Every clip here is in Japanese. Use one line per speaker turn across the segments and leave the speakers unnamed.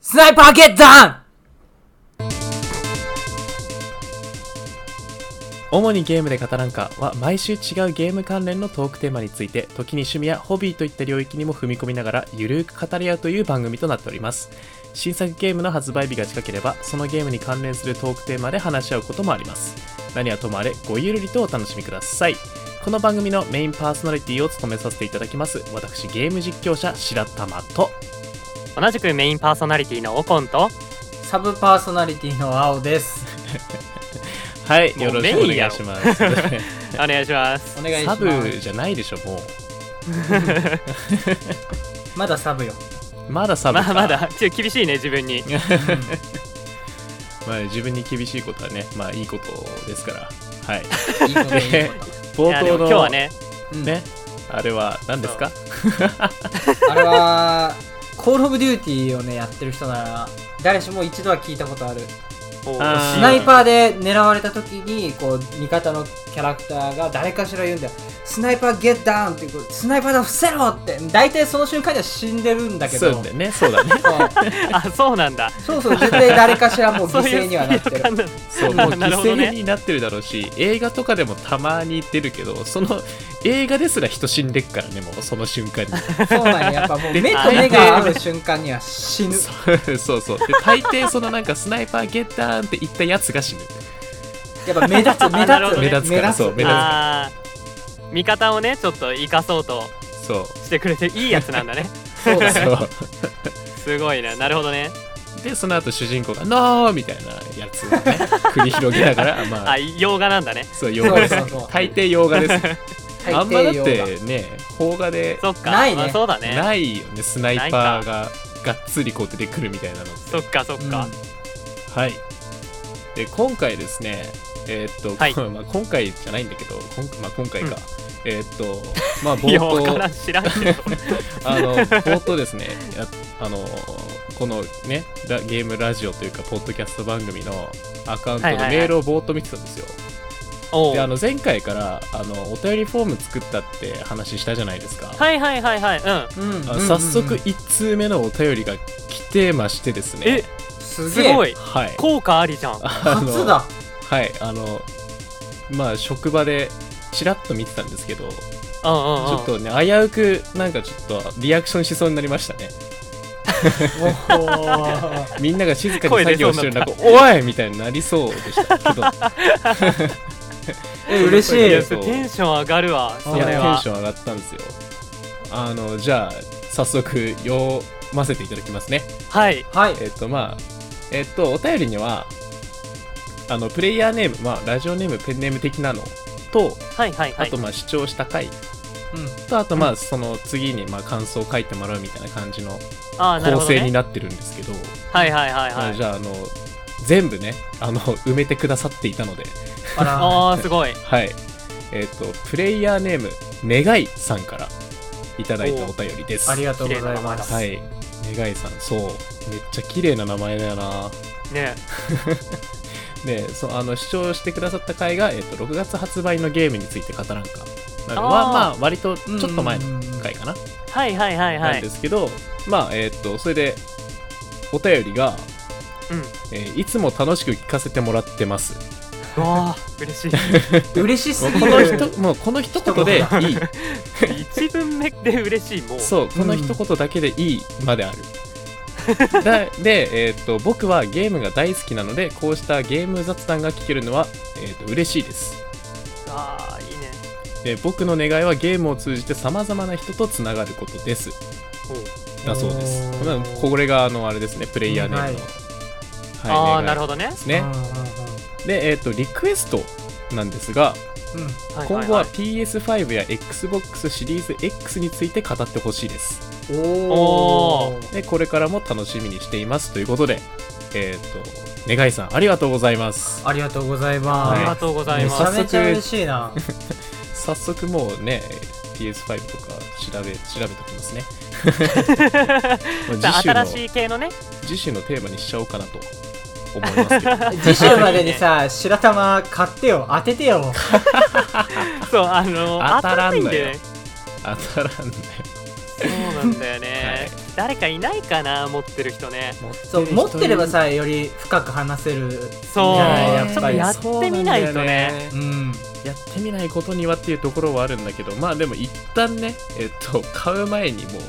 スナイパーゲッダン
主にゲームで語らんかは毎週違うゲーム関連のトークテーマについて時に趣味やホビーといった領域にも踏み込みながらゆるく語り合うという番組となっております新作ゲームの発売日が近ければそのゲームに関連するトークテーマで話し合うこともあります何はともあれごゆるりとお楽しみくださいこの番組のメインパーソナリティを務めさせていただきます私ゲーム実況者白玉と
同じくメインパーソナリティのオコンと
サブパーソナリティの青です。
はい
も
よ
う
ろし
メ
くお
イン
願
や
い
ろ
します
お願い します
お願いしま
サ
す。
ブじゃないでしょも
まだサブよ。
うまだサブ
ま
か
あまだちょっと厳しいね自分に
まあ、自分に厳しいことはね、まあいいことですから、はい、
いいこといいこ
冒
いやで
頭の
も今日はね
と。うん
ね。あれは何ですか
あれは、コールオブデューティーをね、やってる人なら、誰しも一度は聞いたことある。
お
あー
スナイパーで狙われた時に、こう、味方のキャラクターが誰かしら言うんだよ。スナイパーゲッダウンってこう、スナイパーだ、伏せろって。大体その瞬間には死んでるんだけ
そ
ど。
うだよね、そうだね、
そう
あそうなんだ
そうそう、絶対誰かしらもう犠
そうい
牲
う
にはなって
そうい
る
う。感じ
そうも
な
う
な
犠
るほどね
牲になってるだろうし、映画とかでもたまに出るけど、その映画ですら人死んでっからね、もうその瞬 間に。
そうなんや、やっぱもう目
で
と目が合う瞬間には死ぬ。
そうそうそう、で大抵そのなんかスナイパーゲッダーンって言ったやつが死ぬ。
やっぱ目立 つ、目立
なるほ
つ、
ど
ね目立つからそう目立つ
あー味方をねちょっと生かそうと
そう、
してくれていいやつなんだね
そうだね。
そう。
すごいななるほどね
で、その後主人公が、ノーみたいなやつを ね、繰り広げながら、まあ
あ、洋画なんだね
そう、洋
そ
画で
う
す
そう。そう。
大抵洋画です。
大抵
あんまだっ
用
てね邦画で
そっか
ないね
まあそうだね
ないよねスナイパーががっつりこう出てくるみたいなの
そっかそっ
が
か
はいで今回ですねえーっと、
はい
こ まあ、今回じゃないんだけど今,、まあ、今回か、
うん
えーっ とまあ冒
いやわから
頭
ん知らんけど
あの冒頭ですねやあのこのねラゲームラジオというかポッドキャスト番組のアカウントの
はいはいはい
メールをぼーっと見てたんですよ、
おう
であの前回からあのお便りフォーム作ったって話したじゃないですか
はいはいはいはいうん
うん。
あ
うん
早速、1通目のお便りが来てましてですね
え
す
す
げ
ご
え。
い
はい
効果ありじゃん
あの
初 だ。
はいあのまあ職場でちらっと見てたんですけどち
うんうんうん
ょっとね危うくなんかちょっとリアクションしそうになりましたね
おー
みんなが静かに
声
作
出そ
業
うに
してる
なった
中「おい!」みたいになりそうでしたけ ど
え、嬉しい。
い
い
や
や
そう
テンション上がるわそ
いや
れ
テン
は
ション上がったんですよあのじゃあ早速読ませていただきますね
はい
はい。
えっとまあえっとお便りにはあのプレイヤーネーム、まあ、ラジオネームペンネーム的なのと
はいはいは
あ
い
とまあ視聴した回
うん
とあとまあその次にまあ感想を書いてもらうみたいな感じの
あーなる
構
ほど
成に
ね
なってるんですけど
はいはいはい
ま
は
あ
い
じゃああの全部ねあの埋めてくださっていたので
あら。
あーすごい
はいえっとプレイヤーネーム願いさんからいただいたお便りです
ありがとうございます。
はい願いさんそうめっちゃ綺麗な名前だよな
ね
でそあの視聴してくださった回が、えっと6月発売のゲームについて語らんかなのは
あー
まあ割とち
う
ょ
ん
っと前の回かな、
はいはいはいは
なん
い
ですけどまあえっ、とそれでお便りが、
うん
えーいつも楽しく聞かせてもらってます」
わー嬉しい
嬉しす
もう
ぎ
このひ
る。
ともうこの一言でいい
一文目で嬉しいもう
そうこの一言だけでいいまである、だで、えーっと僕はゲームが大好きなのでこうしたゲーム雑談が聞けるのは、えーっと嬉しいです
あーいいね
で僕の願いはゲームを通じてさまざまな人とつながることです
おう
だそうです
おー
まあこれがあのあれですねプレイヤーネー
は
ムの、
い
ああなる
ほ
ほどね
どですね
うんうん
で、えーっとリクエストなんですが
うん。うん
いい
今
い
後は PS5 や XBOX シリーズ X について語ってほしいです
お
お
ー。
でこれからも楽しみにしていますということでえっ、と願いさんありがとうございます
ありがとうござい
あ
は
り
ま
がとうござい
す。め
ま
ち
す
ゃめちゃ嬉しいな。
早速もうね PS5 とか調べ調べておきますねもう
さ
次
あ
週の
新しい系のね
次週のテーマにしちゃおうかなと思いますけど
次週までにさ、白玉買ってよ。当ててよ。
そうあのー
当たらんのよ
当たないんだよね
当たらんね
そうなんだ よね、誰かいないかな持ってる人ね
そう持ってればさより深く話せる
そう
じゃない
や
や
っ
っ
ぱ
ぱ
り
り
や
や
っ
ってて
み
み
な
ないい
と
と
ね
ね
うん
やってみないことにはっていうところはあるんだけどまあでも一旦ねえっと買う前にもう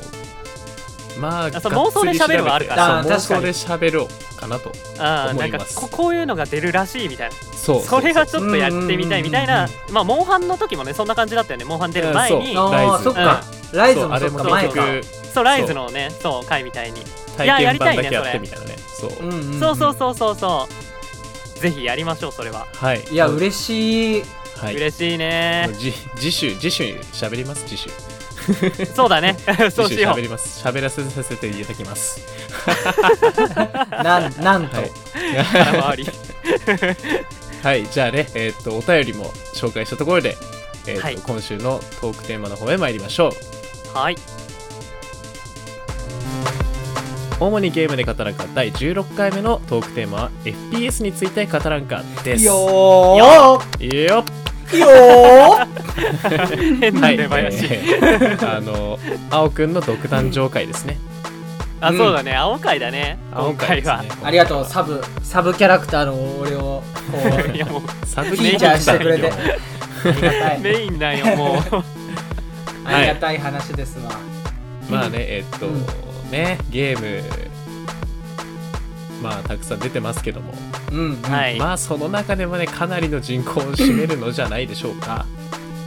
まあ
そう
がっつり
妄想で喋るはあるから
調べて
あー
そう妄想
確か
で
に
喋ろうかなと
あー
思
ないんか
ます
ここういうのが出るらしいみたいな
そう
それはちょっとやってみたいみたいな
うんうん
まあモンハンの時もねそんな感じだったよねモンハン出る前に
そうライ
ああ
ズ
そっか、ライズも
あ
そ
れ
っ
も
か
結
前
局
か
そうライズのねそう回みたいに
体験版だけやってみたいなねそう
うんうんん
そうそうそうそうそうぜひやりましょうそれは
はい
いや
し
嬉しい
はい
嬉しいね
もうじ次週次週喋ります次週
そうだ ねそう
次
し
週
よ
喋ります喋らせさせていただきます
なんなんと、
はい
う空回り
はいじゃあねえっとお便りも紹介したところでえっと
はい
今週のトークテーマの方へ参りましょう
はい
主にゲームで語らんか第16回目のトークテーマは FPS について語らんかです
よ
よ
ーよ
よっ
ーよ
変な
はい、
出囃子
えーあ の青くんの独壇場会ですね
あ
うん
そうだね青回だね
青
今回は
会ですね
ありがとうサブサブキャラクターの俺をこ
いうやもう
サブ
フィーチャーしてくれ てありがたい
メインなんよ もう
ありがたい話ですわ、
まあね、えっと、
うん
ね、ゲーム、まあ、たくさん出てますけども、
うん
はい
まあ、その中でもね、かなりの人口を占めるのじゃないでしょうか。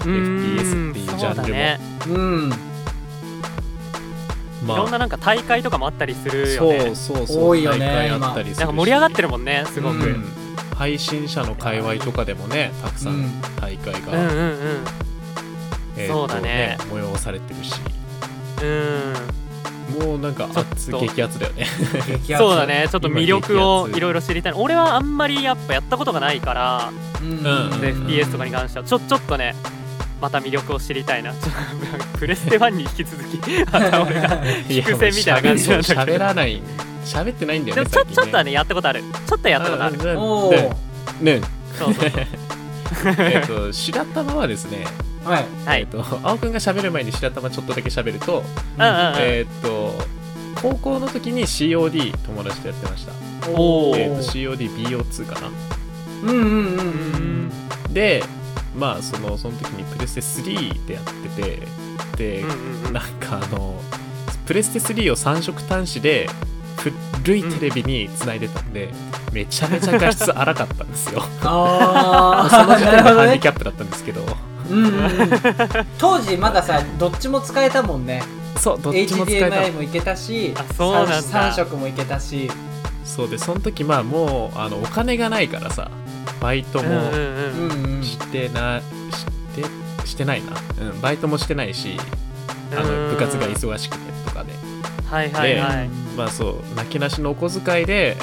うー
FPS
ん
っていう
そう
ジャンルも
だね
うん
いろんな
まあ、
なんか大会とかもあったりするよ
そう
ね
そうそう、
多いよね
大会あったりするし
なんか盛り上がってるもんねすご
う
く
ん
うん配信者の界隈とかでもね、たくさ
うんん
大会
うんうん
が、
うん
えっと
そうだね
催されてるし、
うん
もうなんか
ちょっ
熱、
と
激アツだよね。
激アツ
そうだねちょっと魅力を
今激アツ
いろいろ知りたい俺はあんまりやっぱやったことがないから
うん
うん
で FPS とかに関してはちょちょっとねまた魅力を知りたいな ちょっとプレステ1に引き続 きまた俺が
いや
伏線みたいな感じなんだけど
喋らない、喋ってないんだよ
で
ね。
もちょ
最近
ちょっとはねやったことあるちょっとやったことある
うん
おお
ねね
そうそうそう
えっと白玉はですね、
はい
は
えっ
い
と青くんが喋る前に白玉ちょっとだけ喋ると、
うんうんうん
えっと高校の時に COD 友達とやってました、
おー
えっと CODBO2 かな
うんうんうんう
うんん
でまあそのその時にプレステ3でやっててで、
うんうんうん
なんかあのプレステ3を3色端子で古いテレビに繋いでたんで、めちゃめちゃ画質荒かったん ですよ
あ
その
あ
時
なる
点で
ほど
ハンディ
ね
キャップだったんですけど
うんうんうん当時まださどっちも使えたもんね
そうどっちも使えたの
HDMI もいけたし
あそうなんだ
3色もいけたし
そうでその時まあもうあのお金がないからさバイト
うんう
も
んう
うんんうん
してな、してしてないな、うん、バイトもしてないしあ
う
の
ん
部活が忙しくてとかで
はいはいはい
まあそうなけなしのお小遣いで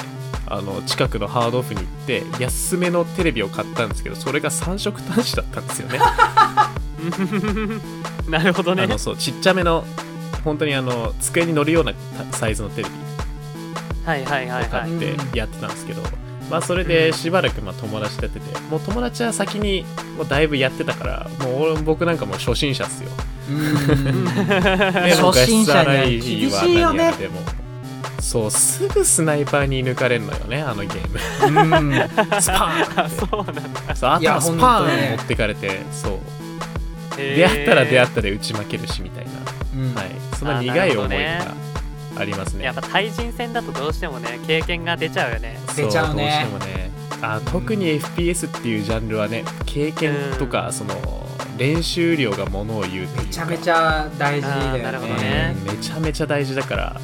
あの近くのハードオフに行って安めのテレビを買ったんですけどそれが3色端子だったんですよ ね
なるほど
あ
ね
のそうちっちゃめの本当にあの机に乗るようなたサイズのテレビ
はいはいはいは
買
い
って
うん
やってたんですけど、まあそれでしばらくまあ友達とやっててもう友達は先にもうだいぶやってたからもう俺僕なんかもう初心者っすよ
うん
でも
初心者には
ガス洗いは
厳しいよね
何やってもそうすぐスナイパーに抜かれるのよねあのゲ ーム
うん
スパーン
あ
って
そうなんだ
そうあ
い
とは
や
スパ
ほんと
ーン
ね
持ってかれてそう
出
出会ったら出会ったで打ち負けるしみたいな、
うん
はい、そんな
あな
苦
る
い
ほ
思
ど
いが
ね
ありますね
やっぱ対人戦だとどうしてもね経験が出ちゃうよね
そう
出ちゃうね
どうしてもねあ特に FPS っていうジャンルはね経験とかその練習量がものを言うというか
めちゃめちゃ大事
あー
だ
なる
よ
ほ
ね
どね
うんめちゃめちゃ大事だから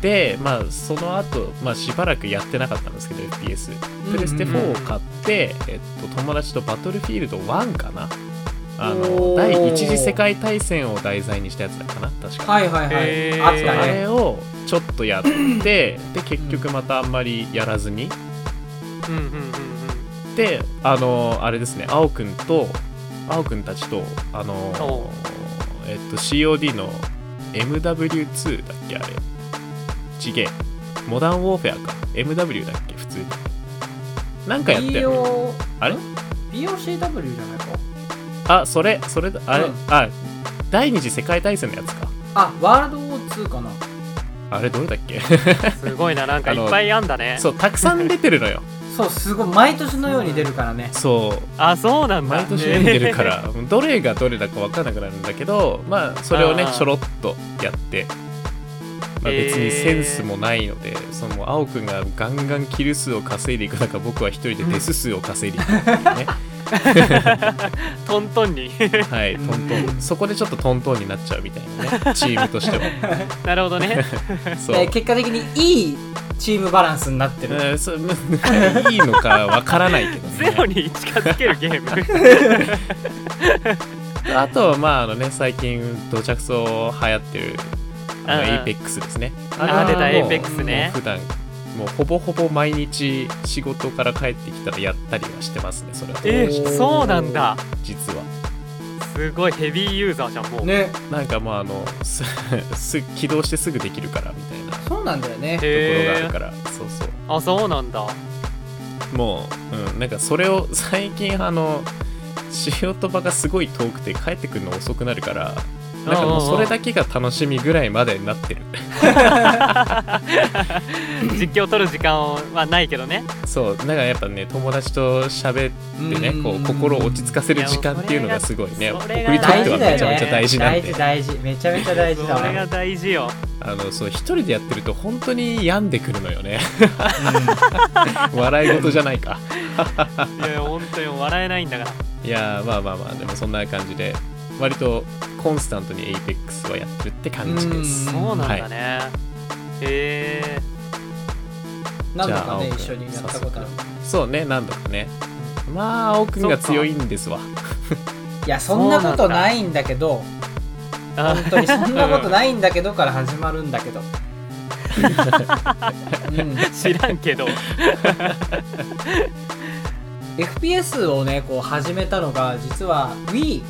でまあその後、まあしばらくやってなかったんですけど FPS プレステ
うんうん
4を買って、えっと、友達とバトルフィールド1かなあの
おー
第一次世界大戦を題材にしたやつだったかな確か
はいはいは
へ
い
ー
あっ
そう
た
あ
ね
れをちょっとやってで結局またあんまりやらずに
うんうんうんうん
であのあれですね青くんと青くんたちとあの
お
えっと COD の MW2 だっけあれちげえモダンウォーフェアか MW だっけ普通になんかやったよね
BO
あれ
BOCW じゃないか
あそれそれだあれ、
うん
あ第二次世界大戦のやつか
あワールドウォー2かな
あれどれだっけ
すごいななんか
あ
い
の
っぱいあんだね
そうたくさん出てるのよ
そうすごい毎年のように出るからね
そう
あそうなん だ
毎年読んでるからどれがどれだか分からなくなるんだけどまあそれをね
あー
ちょろっとやって、まあ、
えー
別にセンスもないので、その青くんがガンガンキル数を稼いでいく中僕は一人でデス数を稼いでいくっていう ね、
トントンに
はいトントンそこでちょっとトントンになっちゃうみたいな ねチームとしては
なるほど ね
そう、
で結果的にいいチームバランスになってる、
えーそう いいのか分からないけど
ゼロ
ね
に近づけるゲ ーム
あとはまああのね最近土着層流行ってるあの
うんうん
エイペックスですね
あ
れは
ー出たエ
もう
イペックスね
普段もうほぼほぼ毎日仕事から帰ってきたらやったりはしてますねそれは
えそうなんだ
実は
すごいヘビーユーザーじゃんもう、
ね
なんかもうあのす す起動してすぐできるからみたいなとこ
そうなんだよね
ろがあ
へ
る
え
から、そうそう
あそうな んだ
もう、うん、なんかそれを 最近あの仕事場がすごい遠くて帰ってくるの遅くなるからなんかもうそれだけが楽しみぐらいまでになってる
実況取る時間はないけどね
そうなんかやっぱね友達と喋ってね
うん
こう心を落ち着かせる時間っていうのがすごい
い
ね
やもう
僕
そ
に
れ
と
が
って
大事
は
だよね
めちゃめち
大
ゃ大事なんで
事大事めちゃめちゃ大
そ
事
れ
だわ、
が大事よ
あのそう一人でやってると本当に病んでくるのよね 笑い事じゃないか
いや本当に笑えないんだから
いやーまあまあまあでもそんな感じで割とコンスタントに APEX はやってるって感じです
うん
そうなんだね、へえ
うん何度かね
じゃあ
一緒にやったことある
そうね何度かねまあ青くんが強いんですわ
いやそんなことないんだけど
あ
本当にそんなことないんだけどから始まるんだけ ど、うん、
知らんけど
FPS をねこう始めたのが実は Wii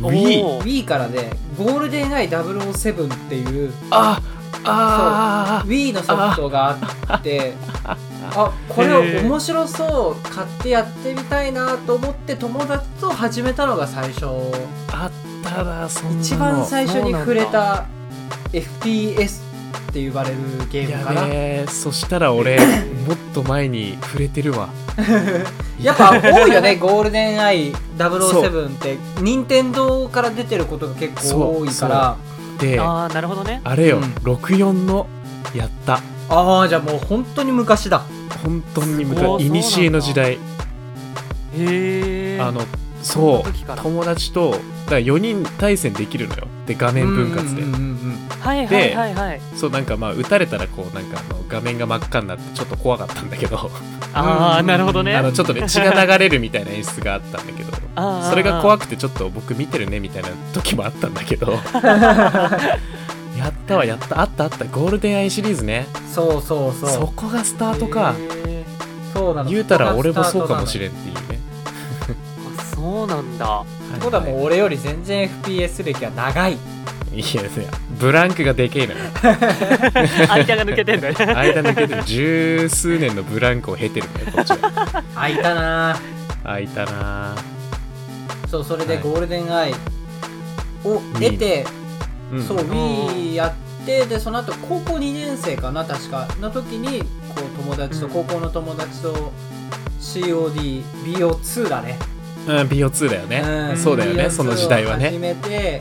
Wii
おー
Wii からで「ゴールデンアイ007」っていう
ああ
Wii のソフトがあってあこれ面白そう買ってやってみたいなと思って友達と始めたのが最初
あったなそんなの
一番最初に触れた FPS って呼ばれるゲームか
や
な
べえそしたら俺もっと前に触れてるわ
やっぱ多いよねゴールデンアイ007って任天堂から出てることが結構多いから
であ
ああなるほどね
れよ、
うん
64のやった
ああじゃあもう本当に昔だ
本当に
すごい
昔いにしえの時代
へえ
あのそ
その時か
う
ら
友達とだから4人対戦できるのよで画面分割で
うんうんうん
はいはいはいはい
そうなんかまあ打たれたらこうなんかあの画面が真っ赤になってちょっと怖かったんだけど
ああなるほどね
あのちょっとね血が流れるみたいな演出があったんだけど
あー
それが怖くてちょっと僕見てるねみたいな時もあったんだ けどやったわやったあったあったゴールデンアイシリーズね
うんそうそう
そ
そう
こがスタートか
へー
そうなの
言うたら俺もそうかもし
ん
れんっていうね
あそうなんだ
ってことはもう俺より全然 FPS 歴は長い
いやいやブランクがでけえのよ
間が抜けてんだね
間抜けてる十数年のブランクを経てるのよこっちは
空いたな
空いたなぁ
そうそれで
はい
ゴールデンアイを得て、
うん
そう Wii やってでその後高校2年生かな確かの時にこう友達と、
うん
高校の友達と CODBO2 だね
うん、BO2 だよ
う
ね。
ん
そうだよね、
BO2
その時代は
を始
ね。
めて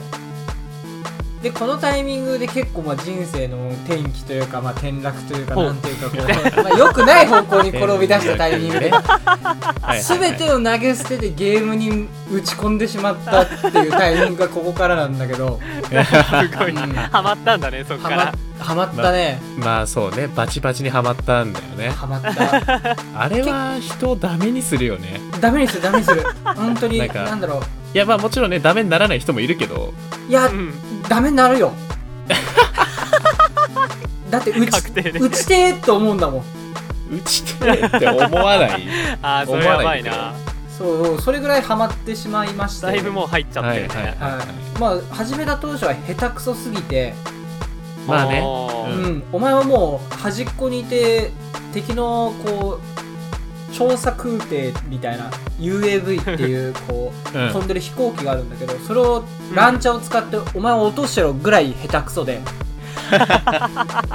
でこのタイミングで結構まあ人生の転機というか、まあ、転落というか
ほう
なんていうかこう、まあ、良くない方向に転び出したタイミングで
すべ
全てを投げ捨ててゲームに打ち込んでしまったっていうタイミングがここからなんだけど
すごいな
うん
ハマったんだねそっか
は
ら
まはまったね
まあそうね、バチバチにはまったんだよね。
はまった
あれは人をダメにするよね。
ダメにするダメにする本当に
な
なんん
か
だろう
いや、まあもちろんね、ダメにならない人もいるけど、
いや
うん
ダメになる よだって打ち
確定で
打ちてえと思うんだもん
打ちてえって思わ ない。
ああそれやばい
思わ
な
そうそれぐらいハマってしまいまして
だいぶもう入っちゃっ
は
て
い
る
はい
ね
はいまあ始めた当初は下手くそすぎて、
まあね
お
う
ー
んお前はもう端っこにいて敵のこう調査空挺みたいな UAV っていうこう
うん
飛んでる飛行機があるんだけどそれをランチャーを使ってお前を落としてろぐらい下手くそで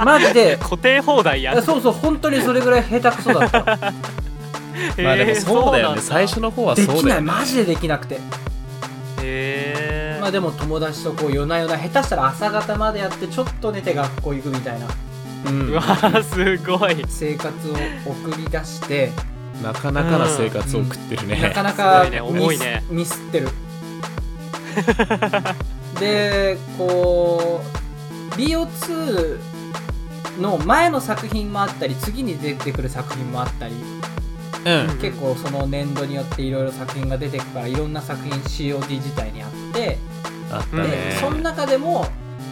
マジで
固定放題やん
そうそう本当にそれぐらい下手くそだった
まあで
へ
も
ー
そうだよ
なん
ね最初の方は
で
そ
き
うだ
ない
よね
マジでできなくて
へえ
まあでも友達とこう夜な夜な下手したら朝方までやってちょっと寝て学校行くみたいな
うん
うわすごい
生活を送り出して
なかなかな生活を送って る
な
ね
かなか
す
ミ
ごいね
ス,、
重いね
ミスっ てるでこう BO2 の前の作品もあったり次に出てくる作品もあったり
うん
うん
結構その年度によっていろいろ作品が出てくからいろんな作品 COD 自体にあって
あった
で
ね
その中でも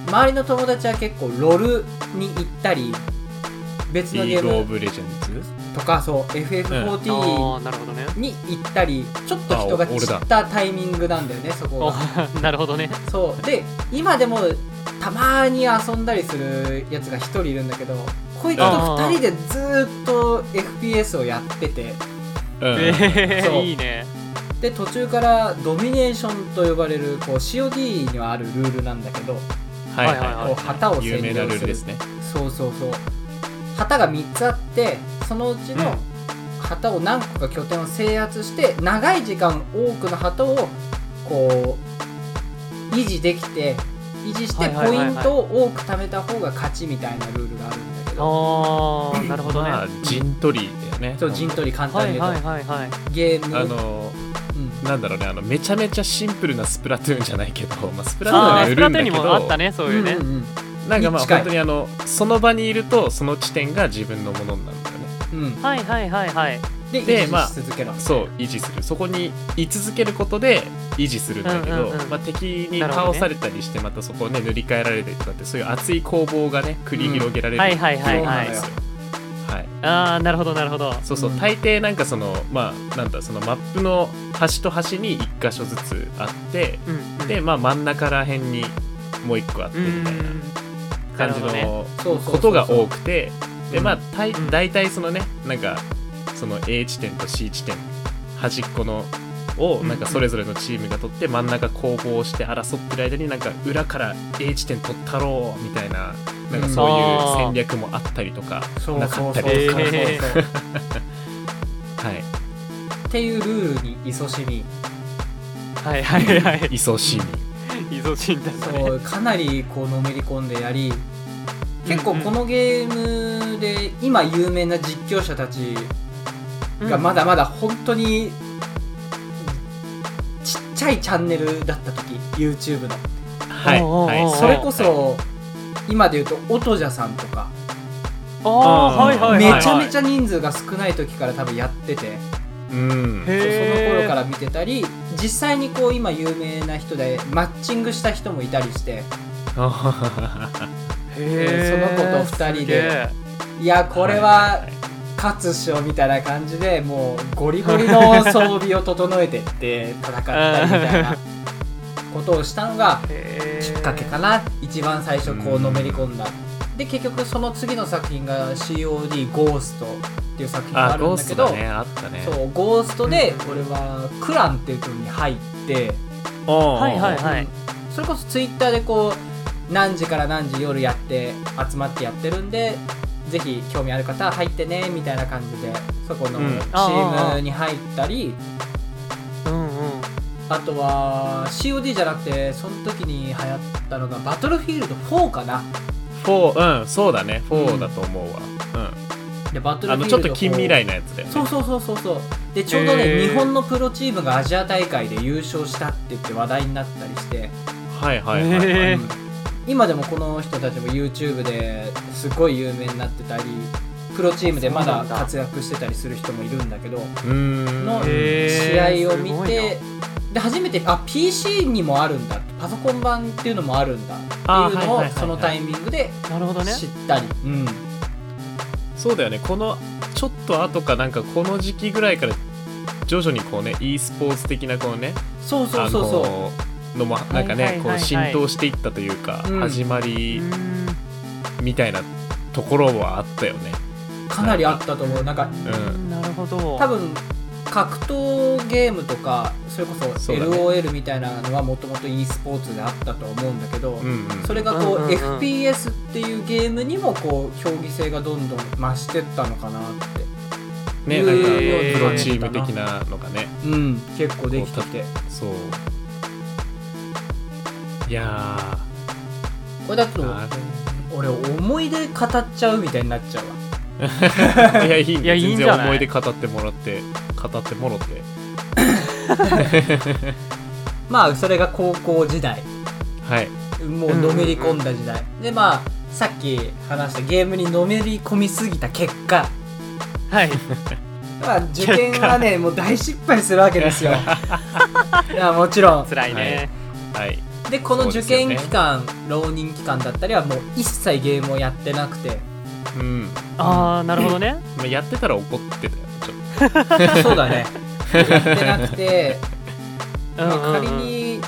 周りの友達は結構ロルに行ったり別の
リ
ゲ
ー
ー
グオ
ム
ブレジェンズ
とかそう FF14
ああなるほどね
に行ったりちょっと人が
あ俺
散
だ
ったタイミングなんだよねそこ
お
が
なるほどね
そうで今でもたまに遊んだりするやつが1人いるんだけどこいつと2人でずーっと FPS をやってて
うん
え
そう
ー、いいね
で途中からドミネーションと呼ばれるこう COD にはあるルールなんだけど
はいはい
はい
こう旗を
はい有
占
名な
領
ルー
す
ルで
る
すね
そうそうそう旗が3つあってそのうちの旗を何個か拠点を制圧して長い時間多くの旗をこう維持できて維持して
はいは
ポ
いはい
イ
はい
ントを多く貯めた方が勝ちみたいなルールがあるんだけど
ああなるほどね
まあ
は
陣取りだよね
そう陣取り簡単に
い
言
は
う
いはいはい
とゲーム
あの
うん
なんだろうねあのめちゃめちゃシンプルなスプラトゥーンじゃないけど、まあ、スプラトゥーン
あ
は
あー
売
スプ
る
ラ
ん
トゥ
だ
ーン
け
に
ど
もあったねそういうね
うんうん
なんかまあ
近い
本当にあのその場にいるとその地点が自分のものになるんだよね
うんうん
はいはいはいはい
で
で
維
まあ
持し続けろ、
そう維持するそこに居続けることで維持するんだけど、
うんうんうん
まあ、敵に倒されたりしてまたそこをね塗り替えられたりとかってそういう熱い攻防がね繰り広げられる、
はいはいは
そ
いは
うなん
い
だよ
はい
ああなるほどなるほど
そうそう、
うん
大抵なんかそのまあなんだそのマップの端と端に1箇所ずつあって
うんうん
でまあ真ん中ら辺にもう1個あって
う
みたいなん感じ
なるほ
の
そうそうそう
ことが多くてで
うん
まあ大
うん
大体そのねなんかその A 地点と C 地点端っこのを
うん
なんかそれぞれのチームが取って真ん中攻防して争ってる間になんか裏から A 地点取ったろうみたいななんかそういう戦略もあったりとか
そう
なか
そう
っ
そ
た
う
り
そう
と
そう
か
そう、
え
はい
っていうルールに勤しみ
はいはいはい
勤しみ
依存診断だね
そうかなりこうのめり込んでやり結構このゲームで今有名な実況者たちがまだまだ本当にちっちゃいチャンネルだった時 YouTube の
はい
おー
はい
おー
はい
それこそ今で言うと音じゃさんとか
ああはいはいはい
めちゃめち
ゃ
ゃ人数が少ない時から多分やってて
うん
そうそ
へー
の頃から見てたり実際にこう今有名な人でマッチングした人もいたりして
へ
その
ー
子と二人です
げえ
いやこれ
はい
は勝つっしょみたいな感じでもうゴリゴリの装備を整えてって戦ったりみたいなことをしたのが
へ
き
ー
っかけかな一番最初こうのめり込んだで結局その次の作品が COD「ゴースト」っていう作品があ
あ
る
ゴ
ん
ー
だけ
ス
ど
トだねあったね
そうゴーストで
うん
俺はクランっていう組に入って
はい
いはいはい
それこそツイッターでこう何時から何時夜やって集まってやってるんでぜひ興味ある方は入ってねみたいな感じでそこの
う
チ
ん
ームに入ったり、
うんうん
あとは COD じゃなくてその時に流行ったのがバトルフィールド4かな
4うんそうだね4だと思うわうん
でバトル
あ
フィールド
のちょっと近未来のやつだよね
そうそうそうそうそうでちょうどね、
へー
日本のプロチームがアジア大会で優勝したって言って話題になったりして
はいはいはいはい、
へー
今でもこの人たちも YouTube ですごい有名になってたりプロチームでま
そう
だ
なんだ
活躍してたりする人もいるんだけど
うーん
の
へー
試合を見
すごい
てで初めてあ PC にもあるんだパソコン版っていうのもあるんだって
あー
いうの
は
を
いはいはいはい
そのタイミングで
なるほどね
知ったり、うん、
そうだよねこのちょっと後かなんかこの時期ぐらいから徐々にこうね e スポーツ的なこうね
そうそうそうそう、
あのーのもなんかね、
はいはいはいはい
こう浸透していったというか、
うん
始まり
うん
みたいなところはあったよね
かなりあったと思うなんか
うん
なるほど
多分格闘ゲームとかそれこそ
そうだね
LOL みたいなのはもともと e スポーツであったと思うんだけど、
うんうん
それがこう、
うんうんうん
FPS っていうゲームにもこう競技性がどんどん増してったのかなって
ねなんか
えー
プロチーム的なのがね
うん結構できてきて
そういや
これだと
ーあ
俺思い出語っちゃうみたいになっちゃうわ
れいやいいん
いやいい
全
んじゃ
然
ない
思い出語ってもらって語ってもろって
まあそれが高校時代
はい
もうのめり込んだ時代、でまあさっき話したゲームにのめり込みすぎた結果、
はい
まあ、受験はねもう大失敗するわけですよいやもちろん
辛いね、
はい
でこの
そうで
受
すよね
験期間、浪人期間だったりはもう一切ゲームをやってなくて
うん
ああなるほどね
まあやってたら怒ってたよちょっ
そうだねやってなくて、
うんうん
まあ、
うん
仮に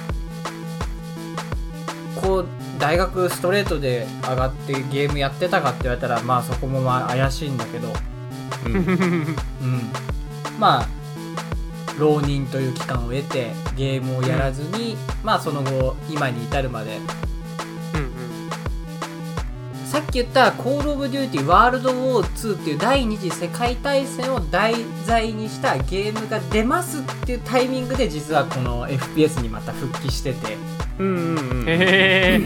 こう大学ストレートで上がってゲームやってたかって言われたらまあそこもまあ怪しいんだけど
と、 うん、
うん、まあ浪人という期間を得てゲームをやらずに、まあその後今に至るまで
うん
さっき言った「コール・オブ・デューティー・ワールド・ウォー2」っていう第二次世界大戦を題材にしたゲームが出ますっていうタイミングで実はこの FPS にまた復帰してて
うんうんう
う
ん
んへえ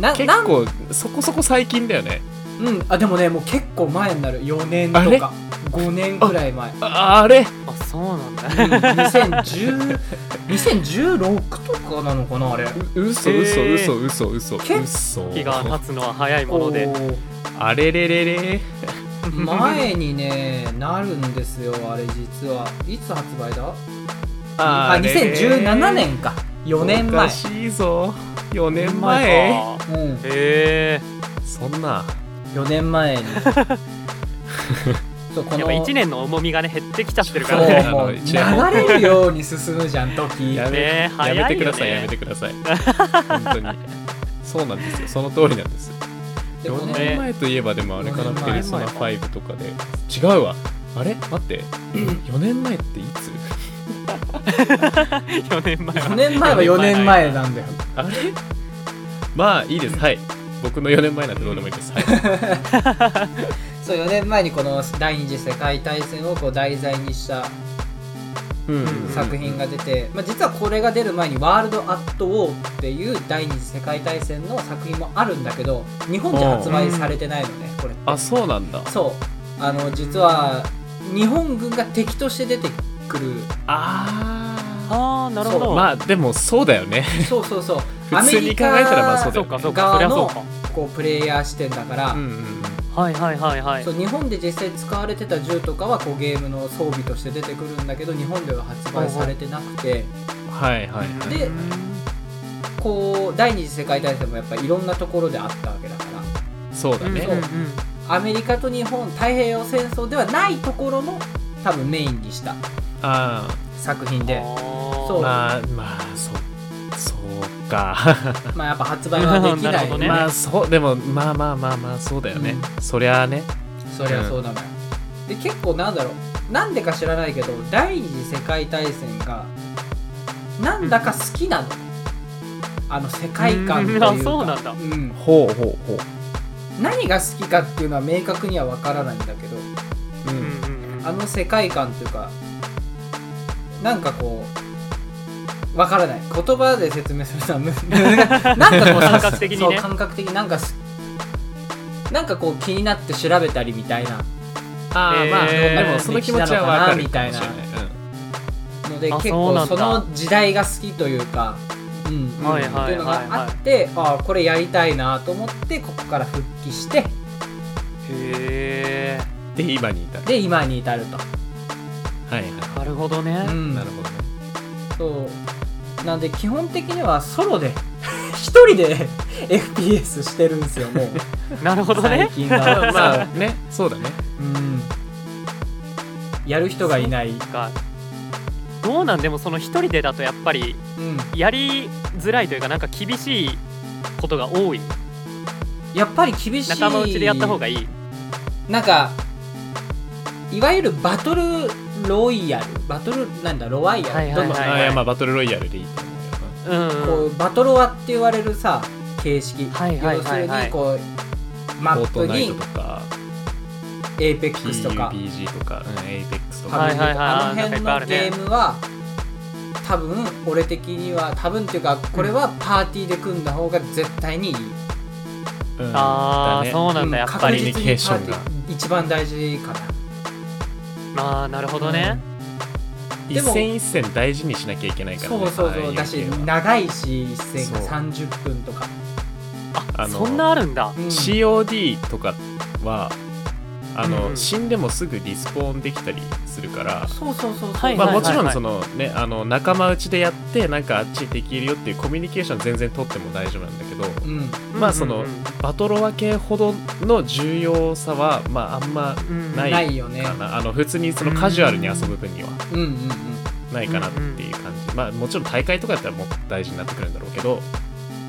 な
結
なん
構そこそこ最近だよね
うん、あでもねもう結構前になる4年
あ
と
れ
か5年くらい前、うん、
ああれ
あそうなんだ
2010 2016とかなのかなあれ
嘘
え
嘘
ー
嘘嘘嘘
結
嘘
気が立つのは早いもので
こう
あれれれれ
前にねなるんですよあれ実はいつ発売だあ
れれ
2017年か4年
お
前
かしいぞ4年前
う
か
ん
へえ
そんな
4年前にそうこ
やっぱ1年の重みがね減ってきちゃってるからね
そうもう流れるように進むじゃん時
やめ,、
ね
やめてください、
早いよね
やめてください本当 にそうなんですよその通りなんです
で
4
も
年
ね
前といえばでもあれかな
四年
ペ
前
ルソナ5とかで違うわあれ待 って4年前っていつ
4年
4
前
年
は
前は4年前なんだよ
あれまあいいですはい僕の4年前なんてどうでもいいです、 はい、
そう4年前にこの第二次世界大戦をこう題材にした作品が出て、まあ、実はこれが出る前に「ワールド・アット・ウォー」っていう第二次世界大戦の作品もあるんだけど日本で発売されてないのねこれって
あそうなんだ
そうあの実は日本軍が敵として出てくる
あ
ああなるほ
そ
ど
う
まあでもそうだよね
そうそうそうア
普
メ
通に
リ
考
カ
えたらまあそうだ
そ
よ
うか
ね
そうかそりゃそうか
こうプレイヤー視点だから、
うんうん
はいはいはいはい
そう日本で実際使われてた銃とかはこうゲームの装備として出てくるんだけど日本では発売されてなくて
うんはいはいはい
でこう第二次世界大戦もやっぱりいろんなところであったわけだから。
そうだ
うんうん
ね、
そうアメリカと日本太平洋戦争ではないところの多分メインにした
あ
作品
うん
で
あ
そう
まあまあそうそう か
まあやっぱ発売はでき な
なるほ
い
どね
まあそうでもまあまあまあまあそうだよね、そりゃあね
そりゃそうなのよ、で結構なんだろうなんでか知らないけど第二次世界大戦がなんだか好きなの、あの世界観というか、
うんあそうなんだ
うん
ほうほうほう
何が好きかっていうのは明確には分からないんだけど
う
うん
ん、
うんうん
あの世界観というかなんかこうわからない言葉で説明するのはむなんかこう
感覚的にね
そう感覚的になんかすなんかこう気になって調べたりみたいな
ああまあ、
えー
でもその気持ちはわかる
みたいな
かもしれない
ので
あ
結
そう
構
なん
そ
だ
の時代が好きというか、うん、
はい
っ
は
てい
いう
の
はい
があ
は
って、ああこれやりたいなと思ってここから復帰して
いへえ
うんで今に至る
で今に至ると、
はいはい、
なるほどね
うん、
なるほどね
そうなんで基本的にはソロで 一人で FPS してるんですよもう
なるほど
最
ね
近
ま
は
あまあねそうだね
うんやる人がいない、う
かどうなんでもその一人でだとやっぱり
ん、
やりづらいというかなんか厳しいことが多い
やっぱり厳しい
仲間内でやった方がいい
なんかいわゆるバトルロイヤルバトルなんだロワイヤル、
はいはいはい
どんどん
あいやまあバトルロイヤルでいいと思うよ
うん
こうバトロワって言われるさ形式、
はいはいはいはい
要するにこう
な
マ
フォ
ッ
ー
プ
トナイ
に
トとか
エーペックスとか
PUBG とか、うん、エイペックスとか、
はいはいはい
あの辺
なんかいっぱいあ
の
る
ゲ
ね
ームは多分俺的には多分っていうかこれはパーティーで組んだ方が絶対にいい、
うん
ああ、
だね
そうなんだやっぱ
確
り、
実に
コミュニケーションが
パーティー一番大事かな
まあなるほどね、
で
一
も
戦一戦大事にしなきゃいけないから、
そ
ね、
うそう
ああい
そう
う
だし
系は
長いし一戦が
そう
30分とか、
あ
あの
そんなあるんだ
うん
COD とかはあの、
うんうん
死んでもすぐリスポーンできたりするから、
そうそうそうそう、
はい
まあ、
はい
もちろ
は
ん
い
その、ね、あの仲間内でやってなんかあっちできるよっていうコミュニケーション全然取っても大丈夫なんだけど、
うん
まあその、
うんうん
バトロワ系ほどの重要さは、まあ、あんま
うん
ない
ないよね
かな、あの普通にそのカジュアルに遊ぶ分には
うんうんうん
ないかなっていう感じ、まあ、もちろん大会とかだったらもっと大事になってくるんだろうけど、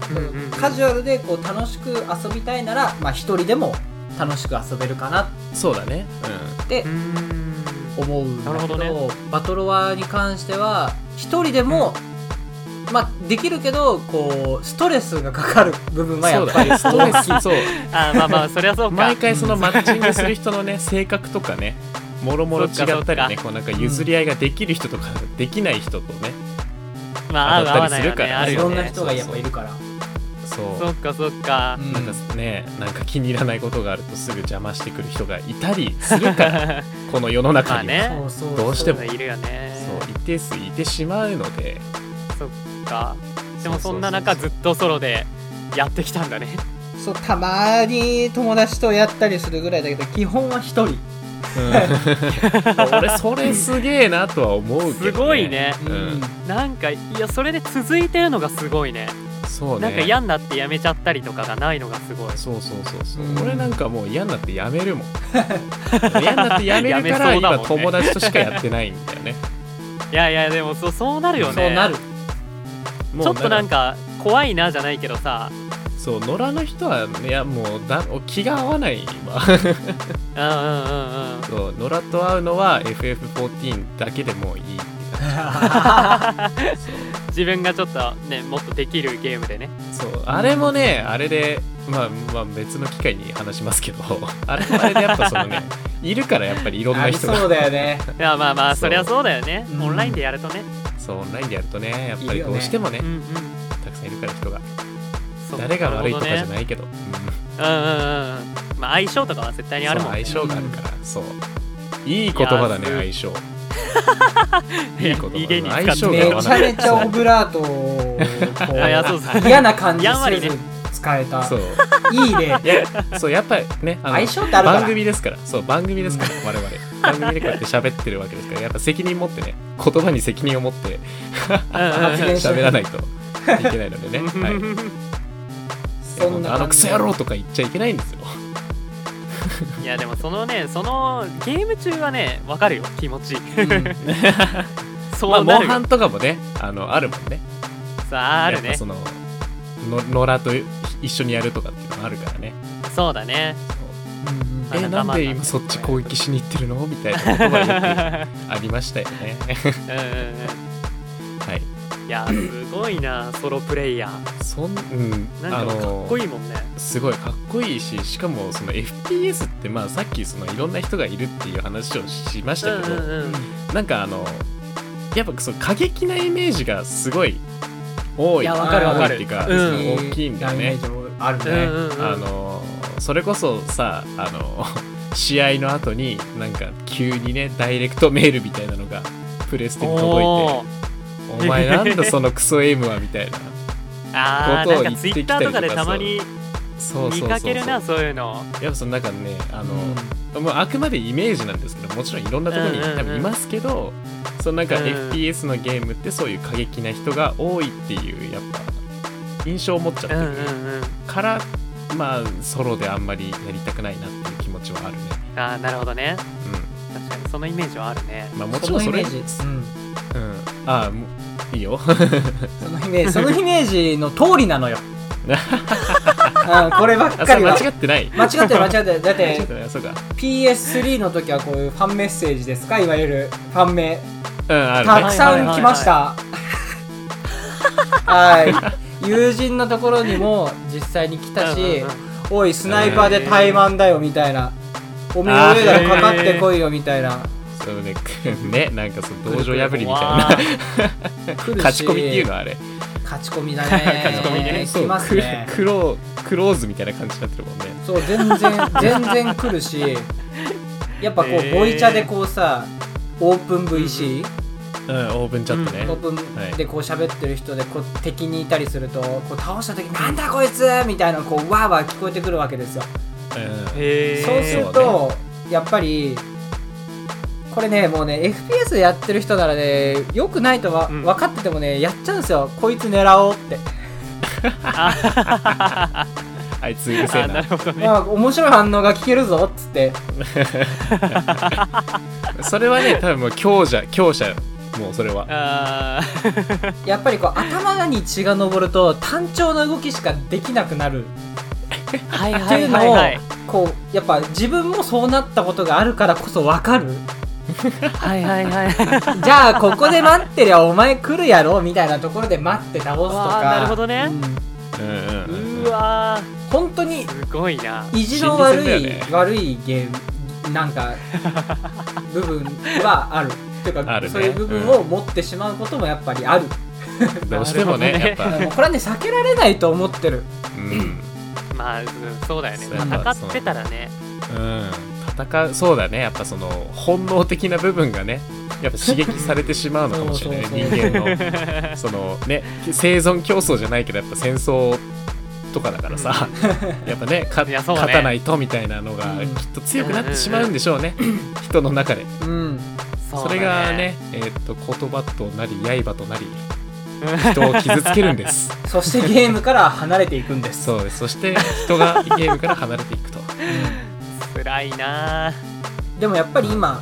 うんうんうん
カジュアルでこう楽しく遊びたいならまあ一人でも楽しく遊べるかな
そうだね、
って
うん
思うんだけど
なるほ
バトロワーに関しては一人でも、まあできるけどこうストレスがかかる部分
うん、
は
そ
や
う
っぱ
だ
り
ねストレスそう
あーまあまあそりゃそうか
毎回そのマッチングする人のね性格とかねもろもろ違ったりねこうなんか譲り合いができる人とかできない人とね
まあ合う
当
合
た
わ
った
な
り
い
す
よ
るか
ね
ら
あ
ね
る
い
よ
ろ
ね
んな人がやっぱいるから
そ
そっかそっか
う
うんなんかねなんか気に入らないことがあるとすぐ邪魔してくる人がいたりするから この世の中には
まあね
そうそうそう
どうしても
いるよね
そう一定数いてしまうので
そっかでもそんな
う
中
う
ずっとソロでやってきた んだね
そうたまに友達とやったりするぐらいだけど基本は一人
うん 俺それすげえなとは思うけど、ね、
すごいね
うん
なんかいやそれで続いてるのがすごいね
そうね
なんか嫌になってやめちゃったりとかがないのがすごい
そうそうそうそう、
うん
俺なんかもう嫌になってやめ るもん嫌になってやめるから
やめそうだもんね
今友達としかやってないんだ よね
いやいやでもそそうなるよね
そうなる
もう
ちょっとなんか怖いなじゃないけどさ
そう野良の人はいやもうだ気が合わ ない今
うんうんうんうん
そう野良と会うのは FF14 だけでもういいって感じ
自分がちょっとねもっとできるゲームでね
そうそうあれもねあれでまあまあ別の機会に話しますけど あれもあれでやっぱそのねいるからやっぱりいろん
あ
な
り
人
そ
が
うだよね
いやまあまあ
そ
そうりゃそうだよね
うん
オンラインでやるとね
そうオンラインでやるとねやっぱ
いる
り
よ
ど
ね
うしてもね
うんうん
たくさんいるから人が
そう
誰が悪いとかじゃ
なる
ないけどうん
ほどねうんうんうんうんまあ相性とかは絶対にあるもんね
そう相性があるから、そういい言葉だね
いや
相性いい言葉だね
いい芸人使って
相性
め
が合
ち
わな
ゃ
い
めちゃオブラートをこ
いやそうそう
う嫌な感じ
やんわり
せ
ね
ず使えた、
そう
いいね
いやそうやっぱりねあの
相性ってあるから
番組ですからそう番組ですから、我々番組でこうやって喋ってるわけですからやっぱ責任持ってね言葉に責任を持って
発言し
喋らないといけないので ね、はい、いや
そ
も
ん
う
な
あの
感
ク
じ
ソ野郎とか言っちゃいけないん ですよ
いやでもそのねそのゲーム中はねわかるよ気 持ち
うん
ま
そ
あ
う
モ
な
ン
るよ、
ハンとかもねあのあるもんね
さあある
やっ
ね
ぱそ
そ
のの野良と一緒にやるとかっていうのもあるからね
うだね
そう
うん
あ
えなん
仲間になって
で今そっち攻撃しに行ってるのみたいな言葉 がよくありましたよね
うんうん
はい
うんいやすごいなソロプレイヤー
そん、うん、
なんかかっこいいもんね
あのすごいかっこいいししかもその FPS ってまあさっきそのいろんな人がいるっていう話をしまし
うん
たけど、
うんうん
なんかあのやっぱその過激なイメージがすごい多
い
い
やわかるわかる
多いっていうか、
うん
大きいんだよね、
ダメージあるね、
うんうんうん
あのそれこそさあの 試合の後になんか急にねダイレクトメールみたいなのがプレステに届いて
お
「
ー
お前なんだそのクソエイムは」みたいな
あ
こと
ー
を
な
言
ん
っ
かツ
て
イ
き
ッ
た
タ
り
ー
とか
とかでたまに
そうそう
見
そう
か
そう
けるなそういうの
やっぱそのなんかねあの、
うん
もうあくまでイメージなんですけどもちろんいろんなところに
うんうんうん
多分いますけど、そのなんか
うん
FPS のゲームってそういう過激な人が多いっていうやっぱ印象を持っちゃって
う
る
んうんうん
から、まあソロであんまりやりたくないなっていう気持ちはあるね。
ああなるほどね
うん
確かにそのイメージはあるね
まあ、もちろんそれ
そのイメージ、うん
うん、ああもういいよ
そのイメージそのイメージの通りなのようん、こればっ
あ
か
それ
り
間
は
違ってない
間違ってる間違ってるだっ
間違
て
ってないそうか
PS3 の時はこういうファンメッセージですかいわゆるファン名
うんある
た
ね
くさん来ましたはい友人のところにも実際に来た
うんうん
し
う
「
ん
おいスナイパーで怠慢だよ」みたいな「おめえの上だろかかってこいよ」みたいな
そうねねなんかその道場破りみたいな
わー
来るし
勝ち込みっていうのあれ
勝ち込みだね
勝ち込みね
来ますね
クロクローズみたいな感じになってるもんね
そう全然全然来るしやっぱこう、
へー
ボイチャでこうさオープン VC、
うんオープンチャットね、
オープ
はい
ンでこう喋ってる人でこう敵にいたりするとこう倒した時「なんだこいつ!」みたいなのこうわーわー聞こえてくるわけですよ、
うん
へえ
そうすると、やっぱりこれねもうね FPS やってる人ならねよくないとは、
うん
分かっててもねやっちゃうんですよこいつ狙おうって、
あいつうるせえ
あ
な
なるほどね
まあ、面白い反応が聞けるぞっつって
それはね多分もう強者強者もうそれは
あー
やっぱりこう頭に血が上ると単調な動きしかできなくなる
はい
って
はいいう
の
は
を、
いはい
こうやっぱ自分もそうなったことがあるからこそ分か る
はいはいはい
じゃあここで待ってりゃお前来るやろみたいなところで待って倒すと
わ
か
あなるほどね
うんうんうん
うわ
うん本当に
ーすごいな
意地の悪い、
心理戦だよね
悪いゲームなんか部分はあるっていう
あ
か、
るね
そういう部分を持ってしまうこともやっぱりある、
どうしてもね
な
やっ
るほ
で
ぱ
もこれはね避けられないと思ってる
うん
まあうんそうだよね
そうやっぱ
戦ってたらね
うん戦うそうだねやっぱその本能的な部分がねやっぱ刺激されてしまうのかもしれない
そうそう
人
そう
間のそのね生存競争じゃないけどやっぱ戦争とかだからさ、やっぱねか
いやそうね
勝たないとみたいなのが
うん
きっと強くなってしまうんでしょうね、人の中で
うん
そ,、
うだ
れがねえーっと言葉となり刃となり人を傷つけるんです
そしてゲームから離れていくんです
そうですそして人がゲームから離れていくと
辛いな
でもやっぱり今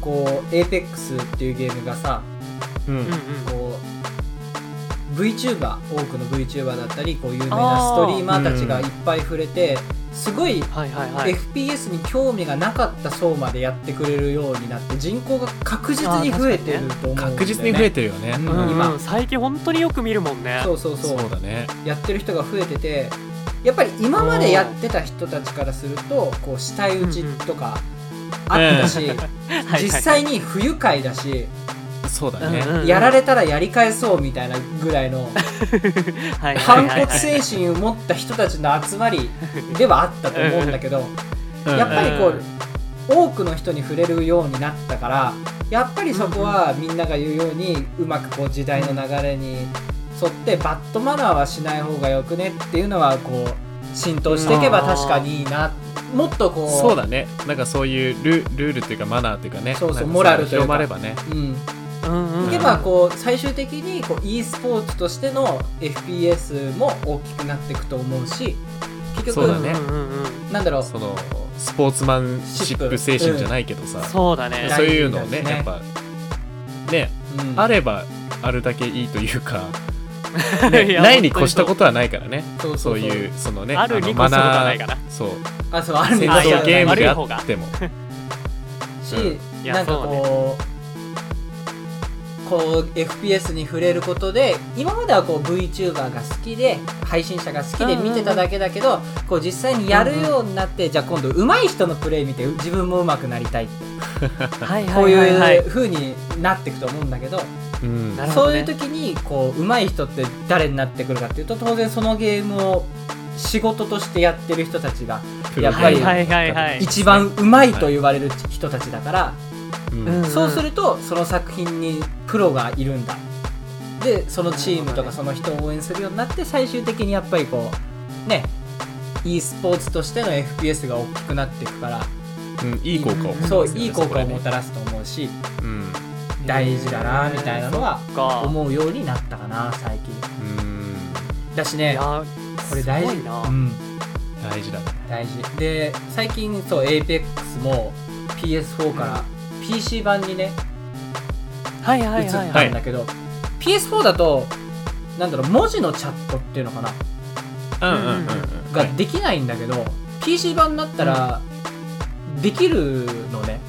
こう APEX っていうゲームがさ
うん、
うんうん
こう VTuber 多くの VTuber だったりこう有名なストリーマーたちがいっぱい触れてすごい
はいはいはい
FPS に興味がなかった層までやってくれるようになって人口が確実に増えてると思うんだよね
確実に増えてるよね、
うん
うんうん
今
最近本当によく見るもんね
そうそうそう
そうだね
やってる人が増えててやっぱり今までやってた人たちからするとこう死体打ちとかあったし、
はいはい
実際に不愉快だし、
そうだね、
うんうんうん
やられたらやり返そうみたいなぐらいの
はいはい
反
はい
骨
はい
精神を持った人たちの集まりではあったと思うんだけどやっぱりこ
うん
う多くの人に触れるようになったからやっぱりそこはみんなが言うようにうまくこう時代の流れに沿ってバッドマナーはしない方がよくねっていうのはこう浸透していけば確かにいいなもっとこう
そうだねなんかそういうルルールというかマナーというかね
そうそう
なんか
モラルというか
広まればね
うん、
うんうん
いけばこう最終的にこう e スポーツとしての FPS も大きくなっていくと思うし結
そうだ
局、
ね
うんうんうんうん
なんだろう
そのスポーツマンシップ精神じゃないけどさ、
そうだね
そういうのを
大事で
ね
すね
やっぱね
うん
あればあるだけいいという か、
い
ね、
や
ないに越したことはないからね
そう
そ
そううそう
いうそのね
あるに
の
越したことはないかな
そう
あそうあるん
戦
だ
争ゲーム
し
であっても
んいや
なんかこうこう FPS に触れることで今まではこう VTuber が好きで配信者が好きで見てただけだけどこう実際にやるようになってじゃあ今度上手い人のプレイ見て自分も上手くなりたいって
はい
こう
はいはいはいいう
風になっていくと思うんだけど
うん
なるほ
そ
ど
う
ね
いう時にこう上手い人って誰になってくるかっていうと当然そのゲームを仕事としてやってる人たちが
プロゲーム
はい
はいはいはい
一番上手いと言われる人たちだから、
うん
うん
そうするとその作品にプロがいるんだでそのチームとかその人を応援するようになって最終的にやっぱりこうね e スポーツとしての FPS が大きくなっていくから
うんいい効果を持ってます
そ
よ
う
ね
いい効
そこ
果
で
を
ね
もたらすと思うし
うん
大事だなみたいなのは
そっか
思うようになったかな最近
うん
だし
い
ね
や
これ大事
すごいな
うん
大事だね
大事で最近そう APEX も PS4 から PC 版にね
はいは
映
い
っ
はい
たんだけど、PS4 だとなんだろう文字のチャットっていうのかな
うんうんうんうん
ができないんだけど、PC 版になったらできるのね、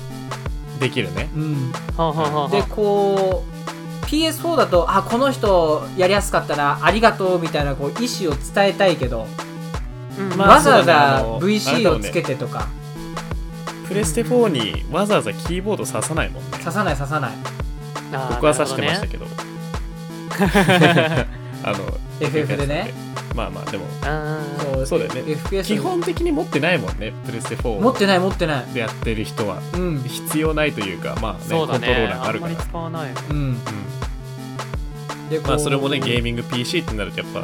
できるね
うん、
はあはあはあは
でこう PS4 だとあこの人やりやすかったなありがとうみたいなこう意思を伝えたいけど、
うん
まあ
わざわざ
そうだねあのあれ
VC
だも
を
んね
つけてとか、
プレステ4にわざわざキーボード刺さないもんね
刺さない刺さない
あー
僕は刺してましたけど あの
FF でね
まあまあでも
なるほどね
こ
そうだよね
FPS
基本的に持ってないもんねプレステ4
持ってない持ってない
でやってる人は
うん
必要ないというかまあ
う
ね
んそう
コ
だ
ントロー
ね
ラーがあ
あん
るか
ま
ら
り使わない
うん
うん
でこう
まあそれもねゲーミング PC ってなるとやっぱ